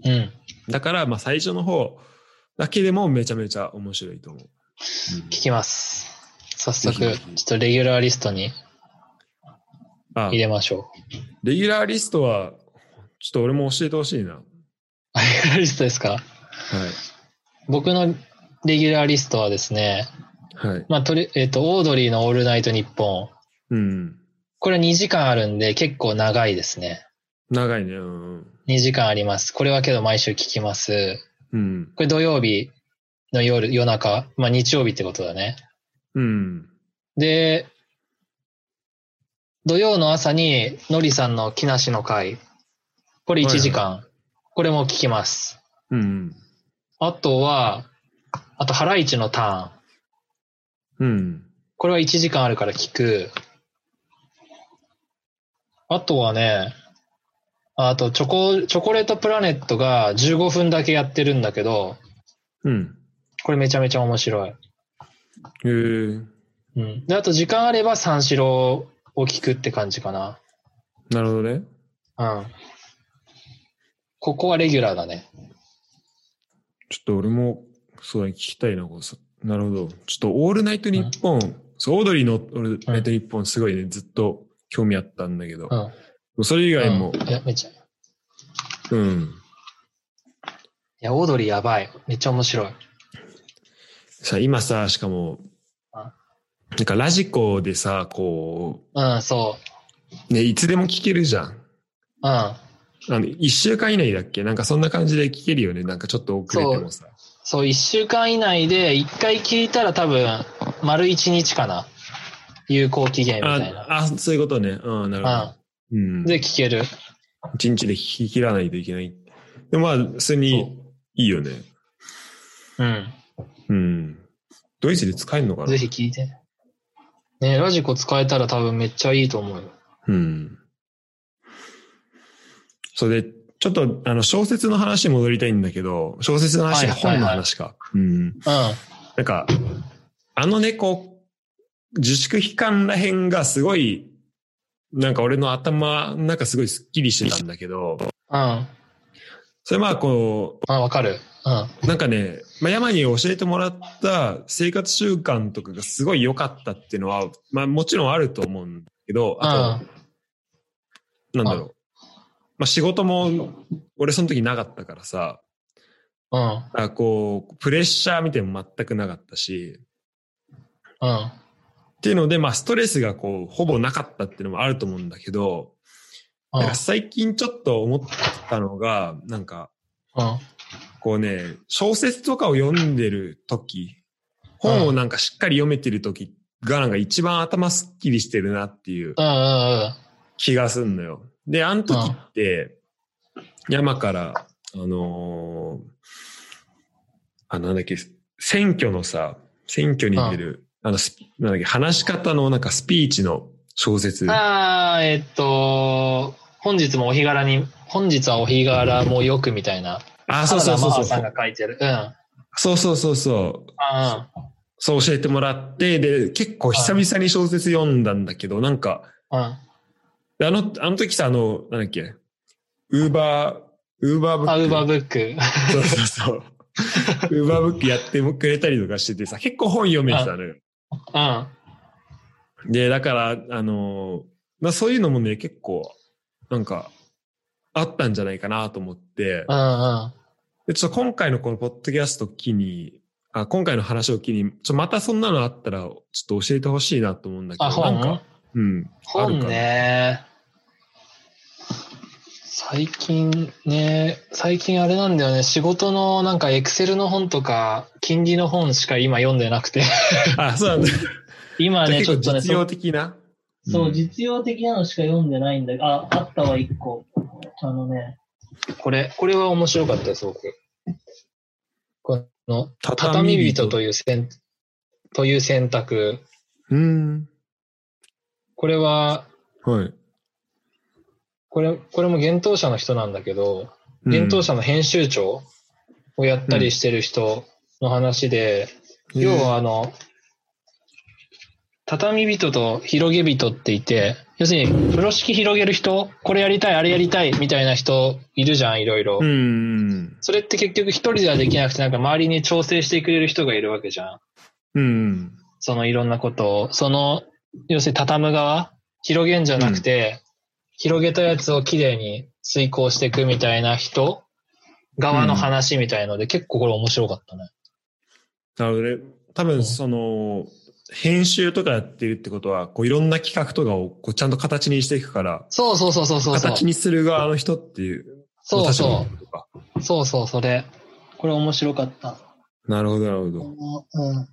B: うん。
A: だから、まあ最初の方だけでもめちゃめちゃ面白いと思う。うん
B: 聞きます。早速、ち
A: ぜ
B: ょ
A: ひぜひ
B: っとレギュラーリストに
A: あ
B: 入れましょう。
A: レギュラーリストは、ちょっと俺も教えてほしいな。
B: レギュラーリストですか
A: はい。
B: 僕のレギュラーリストはですね、
A: はい。
B: まあ、とり、えっ、と、オードリーのオールナイトニッポン。
A: うん。
B: これ2時間あるんで結構長いですね。
A: 長いね。うん。
B: 2時間あります。これはけど毎週聞きます。
A: うん。
B: これ土曜日の夜、夜中。まあ日曜日ってことだね。
A: うん。
B: で、土曜の朝にのりさんの木梨の会。これ1時間。これも聞きます。
A: うん。
B: あとは、あとハライチのター
A: う
B: ン。
A: ん。
B: これは1時間あるから聞く。あとはね、あとチョコ、チョコレートプラネットが15分だけやってるんだけど、
A: うん。
B: これめちゃめちゃ面白い。
A: へえ。
B: うん。で、あと時間あれば三四郎を聞くって感じかな。
A: なるほどね。
B: うん。ここはレギュラーだね。
A: ちょっと俺も、そうだね、聞きたいな、こうそなるほど。ちょっと、オールナイトニッポン、そう、オードリーのオールナイトニッポン、すごいね、ずっと興味あったんだけど、
B: うん。
A: それ以外も
B: う、んいや、めっちゃ。い
A: うん。
B: や、オードリーやばい。めっちゃ面白い。
A: さ、今さ、しかも
B: あ、
A: なんかラジコでさ、こ、
B: うん、そう
A: ね、いつでも聞けるじゃん。
B: う。うん。
A: あの、一週間以内だっけなんかそんな感じで聞けるよね。なんかちょっと遅れてもさ。
B: そう、一週間以内で一回聞いたら多分、丸一日かな。有効期限みたい
A: あ
B: な。
A: あ、そういうことね。うん、なるほど。うん
B: うん。。で、聞ける。
A: 一日で聞き切らないといけない。でもまあ、それにいいよね。
B: うん。
A: うん。ドイツで使えるのかな
B: ぜひ聞いて。ねラジコ使えたら多分めっちゃいいと思うよ。
A: うん。それで、ちょっと、あの、小説の話に戻りたいんだけど、小説の話、
B: はい
A: 本の話か。うん。
B: う
A: なんか、あのね、こう、自粛期間らへんがすごい、なんか俺の頭の中すごいスッキリしてたんだけど、
B: ん。うん。
A: それまあこ
B: あ、わかる。うん。
A: う、なんかね、まあ、山に教えてもらった生活習慣とかがすごい良かったっていうのは、まあもちろんあると思うんだけど、あ
B: うん。
A: と、なんだろう。まあ仕事も、俺その時なかったからさ、
B: うん。
A: あこう、プレッシャーみたいなのも全くなかったし、
B: うん。
A: っていうので、まあ、ストレスがこう、ほぼなかったっていうのもあると思うんだけど、
B: うん
A: なんか最近ちょっと思ったのが、なんか、
B: うん。
A: こうね、小説とかを読んでる時、本をなんかしっかり読めてる時がなんか一番頭すっきりしてるなっていう
B: うん。うん。
A: 気がすんのよ。で、あの時って、山から、あのーあ、なんだっけ、選挙のさ、選挙に出る、あの、スピなんだっけ、話し方のなんかスピーチの小説。
B: うん。あー、えっと、本日もお日柄に、本日はお日柄もよくみたいな。
A: あ、そうそうそうそう。
B: 原田真帆さんが書いてる。うん。うん。
A: そうそうそうそう。そう教えてもらって、で、結構久々に小説読んだんだけど、なんか、
B: うん。
A: あの、あの時さ、あの、なんだっけ、ウーバー、ウーバーブック。
B: あ、ウーバーブック。
A: そうそう そう。ウーバーブックやってもくれたりとかしててさ、結構本読めてたのよ。
B: うん。
A: で、だから、あの、まあ、そういうのもね、結構、なんか、あったんじゃないかなと思って
B: う、ん
A: でちょっと今回のこのポッドキャストを機に、あ今回の話を機に、ちょまたそんなのあったら、ちょっと教えてほしいなと思うんだけど、
B: あ本
A: なんか、うん。ある
B: 本
A: かな。
B: ね。最近ね、最近あれなんだよね、仕事のなんかエクセルの本とか、金利の本しか今読んで なくて。
A: あ、そうなんだ。
B: 今ね、
A: 結
B: ち
A: 構
B: ょっとね、
A: 実
B: そ
A: 用
B: う、
A: 的な。
B: そう
A: うん
B: 実用的なのしか読んでないんだけど、あ、あったわ、一個。あのね、これ、これは面白かったよ、すごく。この、畳人という選、という選択。
A: うん。
B: これは、
A: はい。
B: これ、これも幻冬舎の人なんだけど、
A: うん
B: 幻冬舎の編集長をやったりしてる人の話で、要は、あの、畳人と広げ人っていて、要するに、風呂敷広げる人、これやりたい、あれやりたい、みたいな人いるじゃん、いろいろ
A: うん。。うん
B: それって結局一人ではできなくて、なんか周りに調整してくれる人がいるわけじゃん。
A: うん。
B: そのいろんなことを。その、要するに畳む側、広げんじゃなくて、広げたやつをきれいに遂行していくみたいな人側の話みたいので、結構これ面白かったね。
A: なので、多分その、編集とかやってるってことは、こういろんな企画とかをこうちゃんと形にしていくから、
B: そうそうそうそうそうそう。
A: 形にする側の人っていう。
B: そう
A: 立場
B: そ
A: の人とか
B: う。そうそう、それ。これ面白かった。
A: なるほど、なるほ
B: う
A: ど。
B: ん。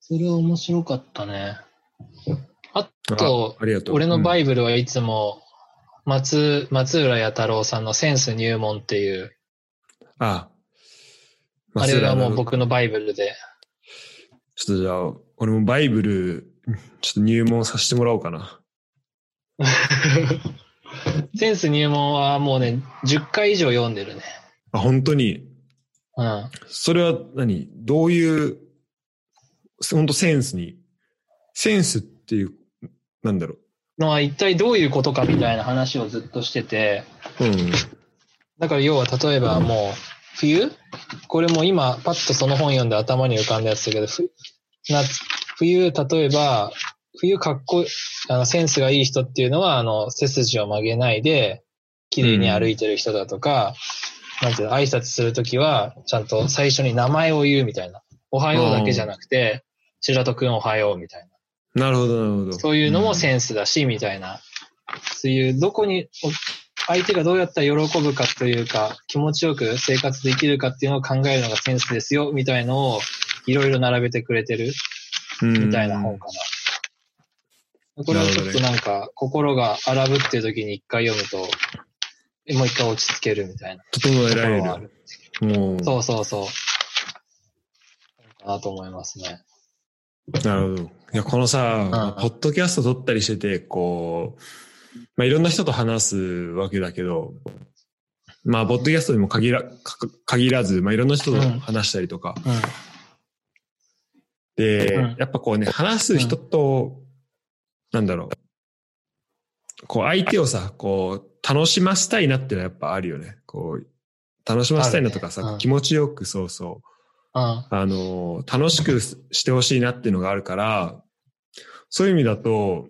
B: それは面白かったね。あと、
A: ありがとう。
B: 俺のバ
A: イ
B: イブルはいつも、松、松浦弥太郎さんのセンス入門っていう、
A: あ、
B: あれがもう
A: 僕。
B: 僕のバイブルで。
A: ちょっとじゃあ、俺もバイブル、ちょっと入門させてもらおうかな。
B: センス入門はもうね、10回以上読んでるね。
A: あ、本当に。
B: うん。
A: それは何どういう、本当センスに、センスっていう、なんだろ
B: まあ一体どういうことかみたいな話をずっとしてて、
A: う。うん。
B: だから要は例えばもう、冬これもう今、パッとその本読んで頭に浮かんだやつだけど、ふ夏、冬、例えば、冬かっこいい、あの、センスがいい人っていうのは、あの、背筋を曲げないで、綺麗に歩いてる人だとか、なんていうの、挨拶するときは、ちゃんと最初に名前を言うみたいな。おはようだけじゃなくて、白戸くんおはようみたい
A: なるほど、なるほど。
B: な。そういうのも
C: うん
B: センスだし、みたいな。そういう、どこに、お相手がどうやったら喜ぶかというか、気持ちよく生活できるかっていうのを考えるのがセンスですよ、みたいのを、いろいろ並べてくれてる。
A: うん
B: みたいな本かな。これはちょっとなんか、心が荒ぶってる時に一回読むと、えもう一回落ち着けるみたいな
A: 整え
B: とこ
A: られ
B: ろはあ
A: る。
B: る。
A: もう、
B: そうそうそう。かなと思いますね。
A: なるほど。いや、このさ、
B: うん
A: ポッドキャスト撮ったりしてて、こう、まあ、いろんな人と話すわけだけど、まあ、ポッドキャストにも限ら、かか限らず、まあ、いろんな人と話したりとか。
B: うん。
A: で、
B: うん
A: やっぱこうね、話す人と、なんだろう。こう、相手をさ、こう、楽しませたいなってのはやっぱあるよね。こう、楽しませたいなとかさ、
B: あるねうん
A: 気持ちよく、そうそう。
B: うん。
A: あの、楽しくしてほしいなっていうのがあるから、そういう意味だと、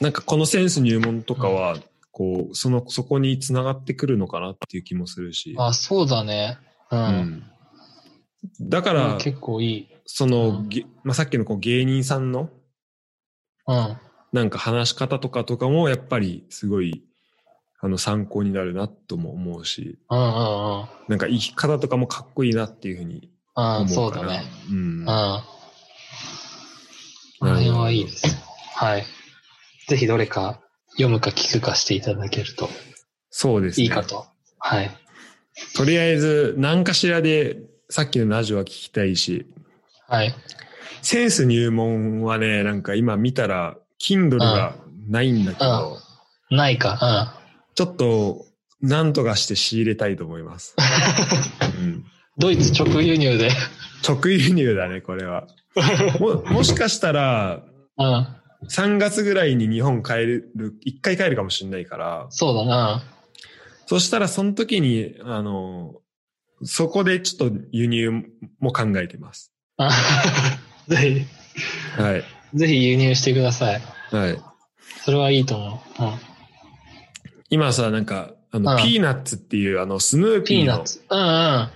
A: なんかこのセンス入門とかは、こう、その、そこに繋がってくるのかなっていう気もするし。
B: あ、そうだね。う。
A: うんん。だか
B: うん
A: ら、
B: 結構いい。
A: そうの、
B: ん
A: げまあ、さっきのこう芸人さんの、
B: うん。
A: なんか話し方とかとかも、やっぱりすごい、あの、参考になるなとも思うし、
B: うんうんうん。
A: なんか生き方とかもかっこいいなっていうふうに
B: あ
A: 思うから。
B: そうだね。
A: うん。
B: うん。あれはいいですね。はい。ぜひどれか読むか聞くかしていただけると
A: そうですね。
B: いいかと。はい。
A: とりあえず何かしらでさっきのラジオは聞きたいし、
B: はい。
A: センス入門はね、なんか今見たら Kindle がないんだけど、
B: ないか。うん。
A: ちょっと何とかして仕入れたいと思い ます。うん
B: ドイツ直輸入で。
A: 直輸入だね、これは。も、もしかしたら
B: うん。
A: 3月ぐらいに日本帰る、一回帰るかもしれないから、
B: そうだな。
A: そしたらその時に、あの、そこでちょっと輸入も考えてます。
B: あ ぜ
A: はい。
B: ひ、ぜひ輸入してください。
A: はい。
B: それはいいと思う。うん、
A: 今さ、なんか、あの、
B: うん
A: ピーナッツっていう、あの、スヌー
B: ピ
A: ピー
B: ーナッ
A: の、
B: ツ。うんうん。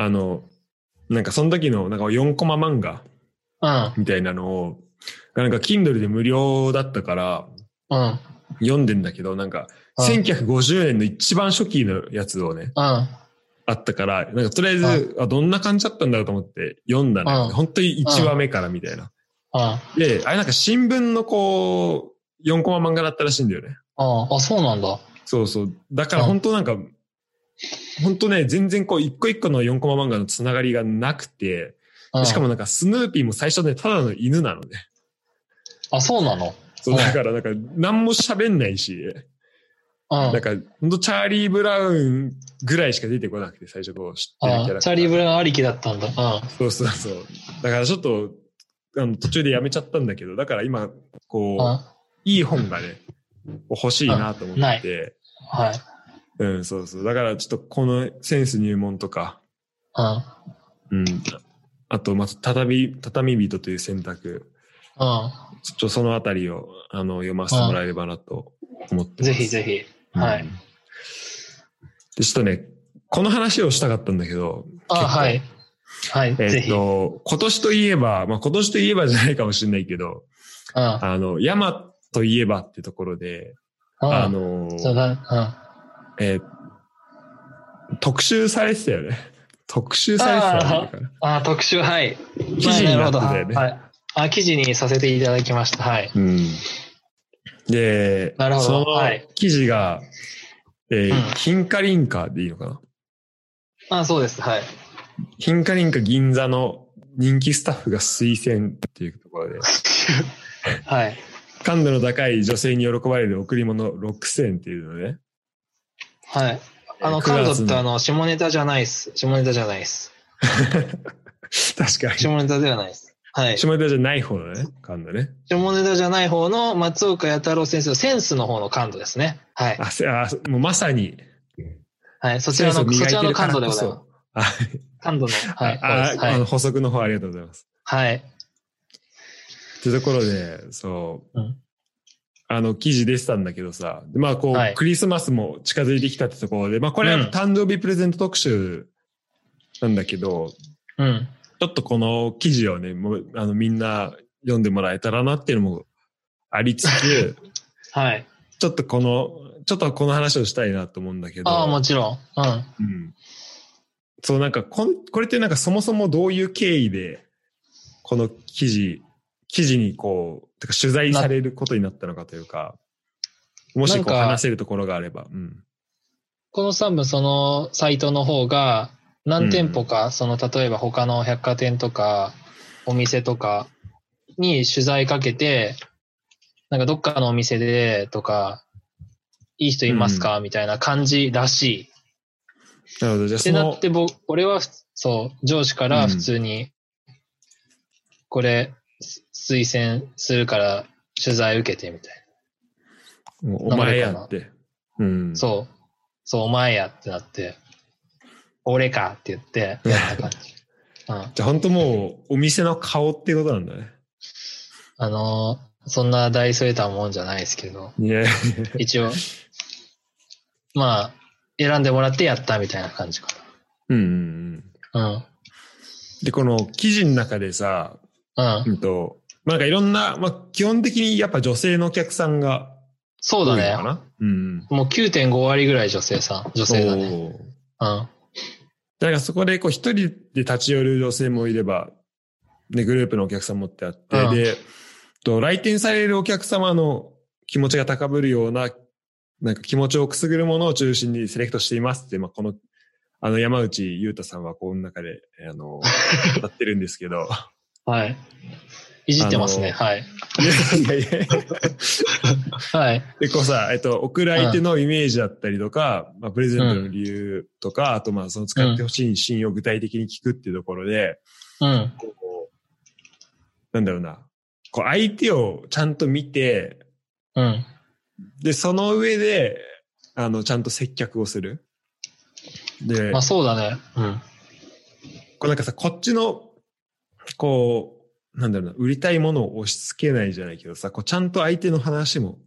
A: あの、なんかその時の、なんか4コマ漫画
B: うん
A: みたいなのを、なんか Kindle で無料だったから、
B: うん。
A: 読んでんだけど、なんか、
B: うん
A: 1950年の一番初期のやつをね、
B: うん。
A: あったから、なんかとりあえず、あ、どんな感じだったんだろうと思って読んだのよ
B: う
A: ね。
B: ん
A: 本当に1話目からみたいな。
B: うん。
A: で、あれなんか新聞のこう、4コマ漫画だったらしいんだよね。
B: ああ、そうなんだ。
A: そうそう。だから
B: うん
A: 本当なんか、本当ね、全然こう、一個一個の4コマ漫画のつながりがなくて、
B: うん、
A: しかも、なんかスヌーピーも最初ね、ただの犬なのね。
B: あ、そうなの。
A: そう、
B: うん
A: だからなんか、何も喋んないし、
B: うん。
A: なんか、本当チャーリー・ブラウンぐらいしか出てこなくて、最初こう、知ってるキャラク
B: あ
A: ター。
B: チャーリー・ブラウンありきだったんだ。う
A: そうそうそう。だからちょっと、あの、途中でやめちゃったんだけど、だから今、
B: ん。うん
A: こう、。いい本がね、欲しいなと思
B: うんな
A: っ
B: い
A: て、
B: はい。
A: うん、そうそう。だからちょっとこのセンス入門とか、
B: うん。
A: うん。あと、まあ、畳、畳人という選択。
B: う
A: ちょっとそのあたりを、あの、読ませてもらえればなと思って
B: ん。
A: ます。
B: ぜひぜひ。はい
A: うんで、ちょっとね、この話をしたかったんだけど、
B: あ
A: 結構
B: はい。はい。
A: え
B: ぜ
A: っ
B: ひ。うん。
A: と、今年といえば、まあ、今年といえばじゃないかもしれないけど、
B: あ
A: あの、山といえばってところで、あ
B: あの、
A: の、
B: そうだ。
A: えー特集されてたよね。 特集されてたよねだから
B: うん。あ特集、はい。
A: 記事になって
B: あ
A: た
B: な
A: よ
B: るほ
A: ね。
B: どはい。あ、記事にさせていただきました。はい。
A: うんで、
B: なるほど
A: その
B: はい
A: 記事が、えー
B: うん
A: キンカリンカでいいのかな
B: あそうです。はい。
A: キンカリンカ銀座の人気スタッフが推薦っていうところで、
B: はい。
A: 感度の高い女性に喜ばれる贈り物6000っていうのね。
B: はい。あの、
A: えー
B: 感
A: 9
B: 度っ
A: 月
B: て
A: の
B: あの、下ネタじゃないっす。下ネタじゃないっす。
A: 確か
B: 下ネタではないっす。 はい
A: に。。下ネタじゃない方のね、感度ね。
B: 下ネタじゃない方の松岡弥太郎先生のセンスの方の感度ですね。はい。
A: あ、せあもうまさに、
B: はい。そちらの、
A: センスを
B: そ
A: 磨いて
B: ちらの
A: るから
B: 感度で
A: こ
B: ござい
A: そ
B: ます。
A: あ
B: 感度の、はい。
A: あ、
B: は
A: あの
B: い。
A: 補足の方ありがとうございます。
B: はい。
A: というところで、そう、
B: うん
A: あの、記事出てたんだけどさ、でまあ、こう、
B: はい
A: クリスマスも近づいてきたってところで、まあ、これ
B: うん
A: は誕生日プレゼント特集なんだけど、
B: うん。
A: ちょっとこの記事をね、もう、あの、みんな読んでもらえたらなっていうのもありつ つ、
B: はい。
A: ちょっとこの、ちょっとこの話をしたいなと思うんだけど。
B: ああ、もちろん。うん。
A: うん。そう、なんかこん、これってなんかそもそもどういう経緯で、この記事、記事にこう、てか取材されることになったのかというか、もし
B: なん
A: こう
B: か
A: 話せるところがあれば。うん。
B: この3部、そのサイトの方が、何店舗か、その例えば他の百貨店とか、お店とかに取材かけて、なんかどっかのお店でとか、いい人いますか、みたいな感じらしい。
A: なるほど、じゃあ
B: っ
A: そ
B: てな
A: の
B: っ、て、僕、俺はふ、そう、上司から普通に、これ、す推薦するから取材受けてみたい
A: もうお前やって。うん。
B: な。そう、そう、お前やってなって、俺かって言って、やった感じ。うん。
A: じゃあ本当もう、お店の顔っていうことなんだね。
B: あのーそんな大それたもんじゃないですけ ど、
A: いや、
B: 一応、まあ、選んでもらってやったみたいな感じか
A: うんうんうん。
B: な。うん。
A: で、この記事の中でさ、
B: うん。
A: うんと、まあ、なんかいろんな、まあ、基本的にやっぱ女性のお客さんが
B: そう
A: 多
B: だ
A: いの
B: ね
A: か。な。うん。
B: もう9.5割ぐらい女性さん、女性だね。
A: おー
B: うん。
A: だからそこでこう一人で立ち寄る女性もいれば、で、グループのお客さんもってあって、
B: うん
A: で、と来店されるお客様の気持ちが高ぶるような、なんか気持ちをくすぐるものを中心にセレクトしていますって、まあ、この、あの、山内優太さんはこの中で、あ の、語ってるんですけど。
B: はい。いじってますね。
A: あ
B: はい。
A: いやいやいや。
B: はい。
A: で、こうさ、えっと、送る相手のイメージだったりとか、まあ、プレゼントの理由とか、あと、まあ、その使ってほしいシーンを具体的に聞くっていうところで、
B: うん。
A: こう、なんだろうな、こう、相手をちゃんと見て、
B: うん。
A: で、その上で、あの、ちゃんと接客をする。で、
B: まあ
A: こ
B: そうだね。うん。
A: うなんかさ、こっちの、こう、なんだろうな、売りたいものを押し付けないじゃないけどさ、こう、ちゃんと相手の話も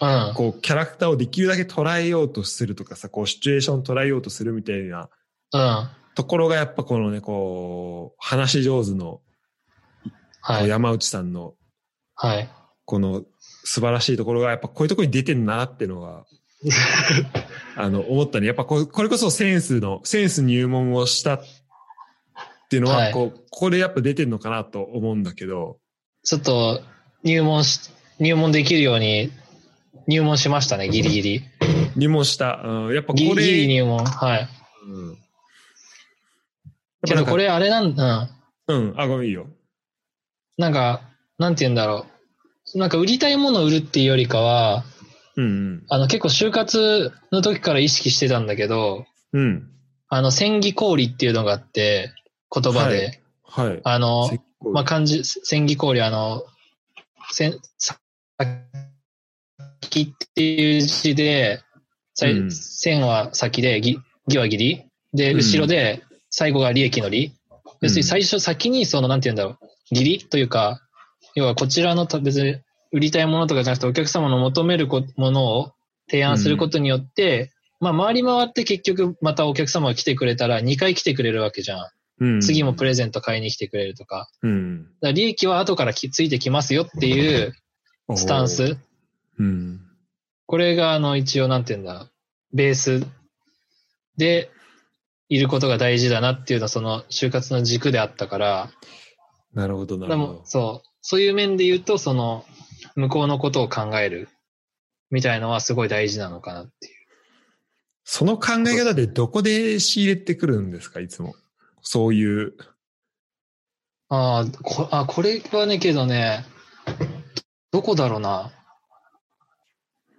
B: うん。
A: こう、キャラクターをできるだけ捉えようとするとかさ、こう、シチュエーションを捉えようとするみたいな
B: うん。
A: ところが、やっぱこのね、こう、話し上手のこ
B: は
A: う
B: い。
A: 山内さんの、
B: はい。
A: この素晴らしいところが、やっぱこういうところに出てんなっていうの が、あの、思ったね。やっぱこうこれこそセンスの、センス入門をしたっていうの
B: は
A: は、
B: い
A: こう、ここでやっぱ出てんのかなと思うんだけど、
B: ちょっと入門し、入門できるように入門しましたね。ギリギリ。
A: 入門した。うん、やっぱこ
B: ギリギリ
A: れ、
B: 入門。はい。
A: うん。
B: けどこ
A: れ、
B: れあれなんだ。
A: うん、あ、ごめんいいよ。
B: うん。なんか、なんて言うんだろう。なんか売りたいものを売るっていうよりかは、
A: うん、
B: あの結構就活の時から意識してたんだけど、
A: うん。うん。
B: あの、戦技氷っていうのがあって、言葉で。
A: はいはい。
B: あの、
A: 石膏
B: まあ、漢字、戦技氷、あの、戦、先っていう字で、さい
A: うん
B: 線は先で、ぎ義は義理。で、
A: うん
B: 後ろで、最後が利益の利。要するに最初先に、その、なんて言うんだろう、義理というか、要はこちらのた、別に売りたいものとかじゃなくて、お客様の求めるこものを提案することによって、まあ、回り回って結局、またお客様が来てくれたら、2回来てくれるわけじゃん。
A: うん
B: 次もプレゼント買いに来てくれるとか、
A: うん
B: だから利益は後からきついてきますよっていうスタン。ス。
A: うん。
B: これが、あの、一応、なんて言うんだ、ベースでいることが大事だなっていうのは、その、就活の軸であったから、
A: なるほど、な
B: で
A: るほ
B: も
A: ど、。
B: そう、そういう面で言うと、その、向こうのことを考えるみたいのはすごい大事なのかなっていう。
A: その考え方でどこで仕入れてくるんですか、いつも。そういう。
B: ああ、こあこれはね、けどね、どこだろうな。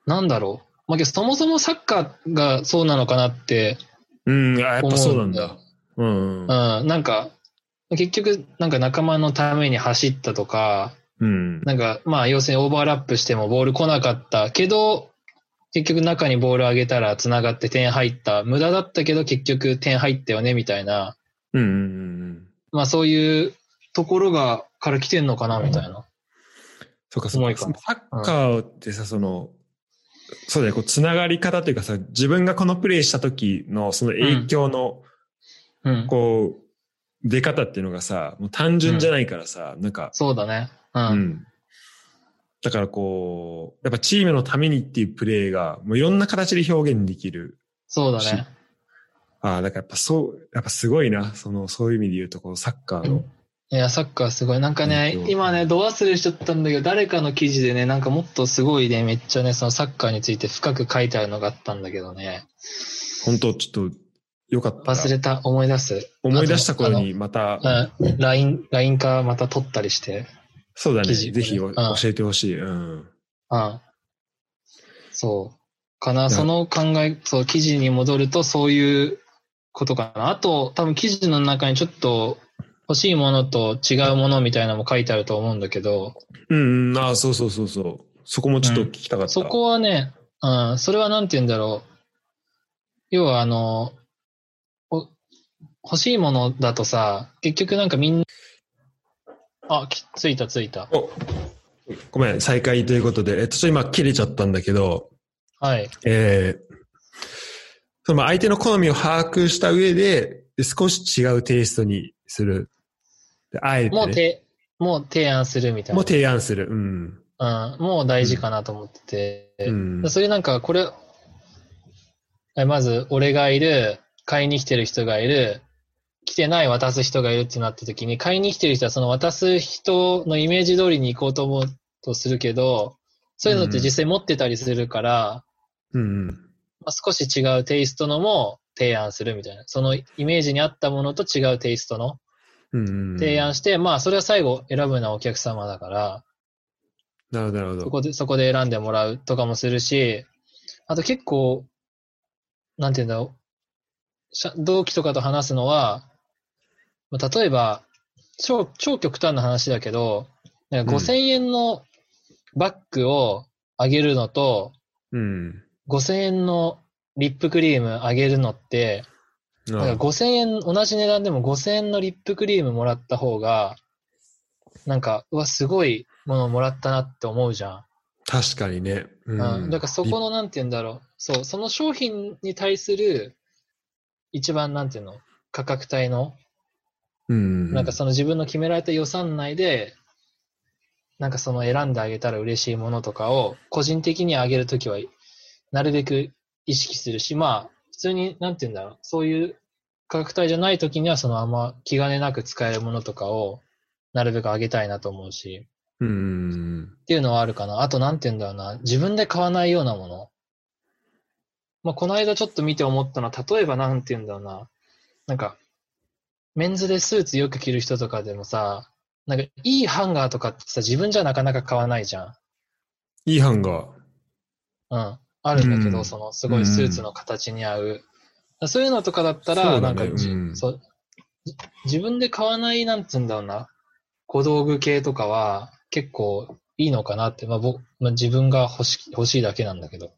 B: なんだろう。まあ、けどそもそもサッカーがそうなのかなって、
A: うん、あ、やっぱそうなん
B: 思
A: だ。うん。
B: うん、なんか、結局、なんか仲間のために走ったとか、
A: うん。
B: なんか、まあ、要するにオーバーラップしてもボール来なかったけど、結局中にボール上げたら繋がって点入った。無駄だったけど結局点入ったよね、みたいな。
A: うん。うん。
B: まあ、そういうところが、から来てんのかな、みたいな。
A: そうか、そ
B: 重
A: の
B: いか
A: サ
B: も
A: ッカーってさ、その、そうだよ、こう、つながり方というかさ、自分がこのプレイした時の、その影響の、
B: うん。
A: こう、出方っていうのがさ、もう単純じゃないからさ、なんか、
B: そうだね。うん。
A: うん。だからこう、やっぱチームのためにっていうプレーが、もういろんな形で表現できる。
B: そうだね。
A: ああ、だからやっぱそう、やっぱすごいな。その、そういう意味で言うと、このサッカーの。
B: いや、サッカーすごい。なんかね
A: うん、
B: 今ね、ど忘れしちゃったんだけど、誰かの記事でね、なんかもっとすごいね、めっちゃね、そのサッカーについて深く書いてあるのがあったんだけどね。
A: 本当ちょっと、よかったら。
B: 忘れた、思い出す。
A: 思い出した頃にまた、
B: うん、LINE、LINE かまた撮ったりして。
A: そうだね。
B: 記事
A: ぜひお
B: うん
A: 教えてほしい。うん。
B: うん。そう。かな、
A: ん
B: その考え、そう、記事に戻るとそういうことかな。あと、多分記事の中にちょっと欲しいものと違うものみたいなのも書いてあると思うんだけど、
A: うん、うん、ああ、そうそうそうそう。そこもちょっと聞きたかった。
B: そこはね、うん、それはなんて言うんだろう。要はあの、お欲しいものだとさ、結局なんかみんな、あ、きついたついた。
A: おごめん、再開ということで、えっと、ちょっと今切れちゃったんだけど、
B: はい。
A: えー、その相手の好みを把握した上で、で少し違うテイストにする。であえてね、
B: もうて、もう提案するみたい
A: も
B: な
A: う。提案する。うん。
B: うん、もう大事かなと思ってて。
A: うん
B: でそういうなんか、これ、えまず、俺がいる、買いに来てる人がいる、来てない渡す人がいるってなった時に、買いに来てる人はその渡す人のイメージ通りに行こうと思うとするけど、そういうのって実際持ってたりするから、
A: うん。
B: まあ、少し違うテイストのも提案するみたいな。そのイメージに合ったものと違うテイストの
A: うんうん。
B: 提案して、まあ、それは最後選ぶのはお客様だから、
A: なるほど、なるほど
B: そ。こで、そこで選んでもらうとかもするし、あと結構、なんていうんだろうしゃ、同期とかと話すのは、まあ例えば、超、超極端な話だけど、なんか
A: うん
B: 5000円のバッグをあげるのと、
A: うん。
B: 5000円のリップクリームあげるのって、なんか5000円、同じ値段でも5000円のリップクリームもらった方が、なんか、うわ、すごいものもらったなって思うじゃん。
A: 確かにね。う
B: うん、だからそこの、なんて言うんだろう。そう、その商品に対する、一番なんていうの、価格帯の、
A: うん。
B: なんかその自分の決められた予算内で、なんかその選んであげたら嬉しいものとかを、個人的にあげるときは、なるべく意識するし、まあ、普通に、なんて言うんだろう。そういう価格帯じゃないときには、そのあんま気兼ねなく使えるものとかを、なるべくあげたいなと思うし、
A: うんうん
B: っていうのはあるかな。あと、なんて言うんだろうな。自分で買わないようなもの。まあ、この間ちょっと見て思ったのは、例えばなんて言うんだろうな。なんか、メンズでスーツよく着る人とかでもさ、なんか、いいハンガーとかってさ、自分じゃなかなか買わないじゃん。
A: いいハンガー。
B: うん。あるんだけど、
A: うん
B: その、すごいスーツの形に合う。そういうのとかだった
A: そ
B: ら、
A: うだ
B: な
A: ね
B: んかじ、
A: うん
B: そう、じ自分で買わない、なんつうんだろうな、小道具系とかは、結構いいのかなって、まあ、僕、まあ、自分が欲し、欲しいだけなんだけど。
A: うん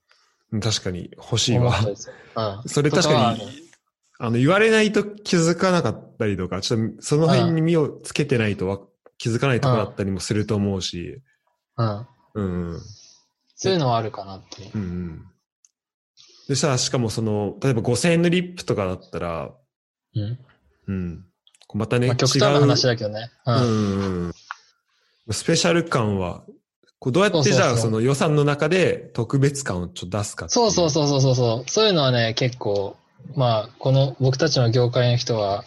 A: 確かに欲しいわ
B: 思っ。たりするうん。
A: それ確かに
B: とは
A: あの、言われないと気づかなかったりとか、ちょっとその辺に身をつけてないとわ気づかないとこだったりもすると思うし、
B: あるうん。
A: うんうん、
B: そういうのはあるかなって。
A: うんうん。でさ、しかもその、例えば5000円のリップとかだったら、
B: うん。
A: うん。こうまたね、
B: まあ、極端な話だけどね。う
A: 違う。
B: ん。
A: うんうん。スペシャル感は、こうどうやってじ
B: そ
A: ゃあ
B: うそうそう
A: その予算の中で特別感をちょっと出すかってい
B: そうそうそうそうそうそう。そういうのはね、結構、まあ、この僕たちの業界の人は、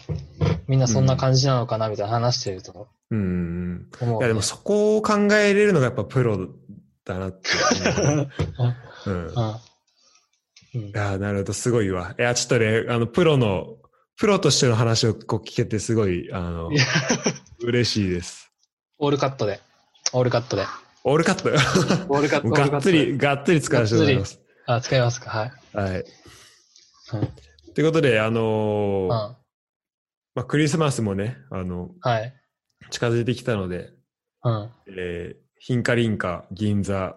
B: みんなそんな感じなのかなみたいな話してると
A: う。うんうん。
B: 思
A: い
B: う。
A: やでもそこを考えれるのがやっぱプロだなって思 う。うん。
B: うんうん
A: いやーなるほど、すごいわ。いや、ちょっとね、あの、プロの、プロとしての話をこう聞けて、すごい、あの
B: いや、
A: 嬉しいです。
B: オールカットで。オールカットで。
A: オールカット。
B: オールカット。
A: もうがっつ
B: オールカットで。
A: り、がっつり使わせてもらいます。
B: あ、使いますか。はい。
A: はい。
B: うん
A: ということで、あのー
B: うん。
A: まあ、クリスマスもね、あの、
B: はい。
A: 近づいてきたので、
B: うん。
A: えー、ヒンカリンカ、銀座、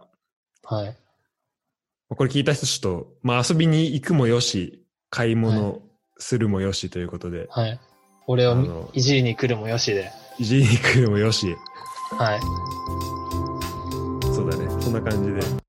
B: はい。
A: まあこれ聞いた人ちょっと、まあ、遊びに行くもよし、買い
B: は
A: 物するもよしということで、
B: はい。俺
A: あ
B: を
A: の
B: いじりに来るもよしで。
A: いじりに行くのもよし、
B: はい。
A: そうだね、そんな感じで。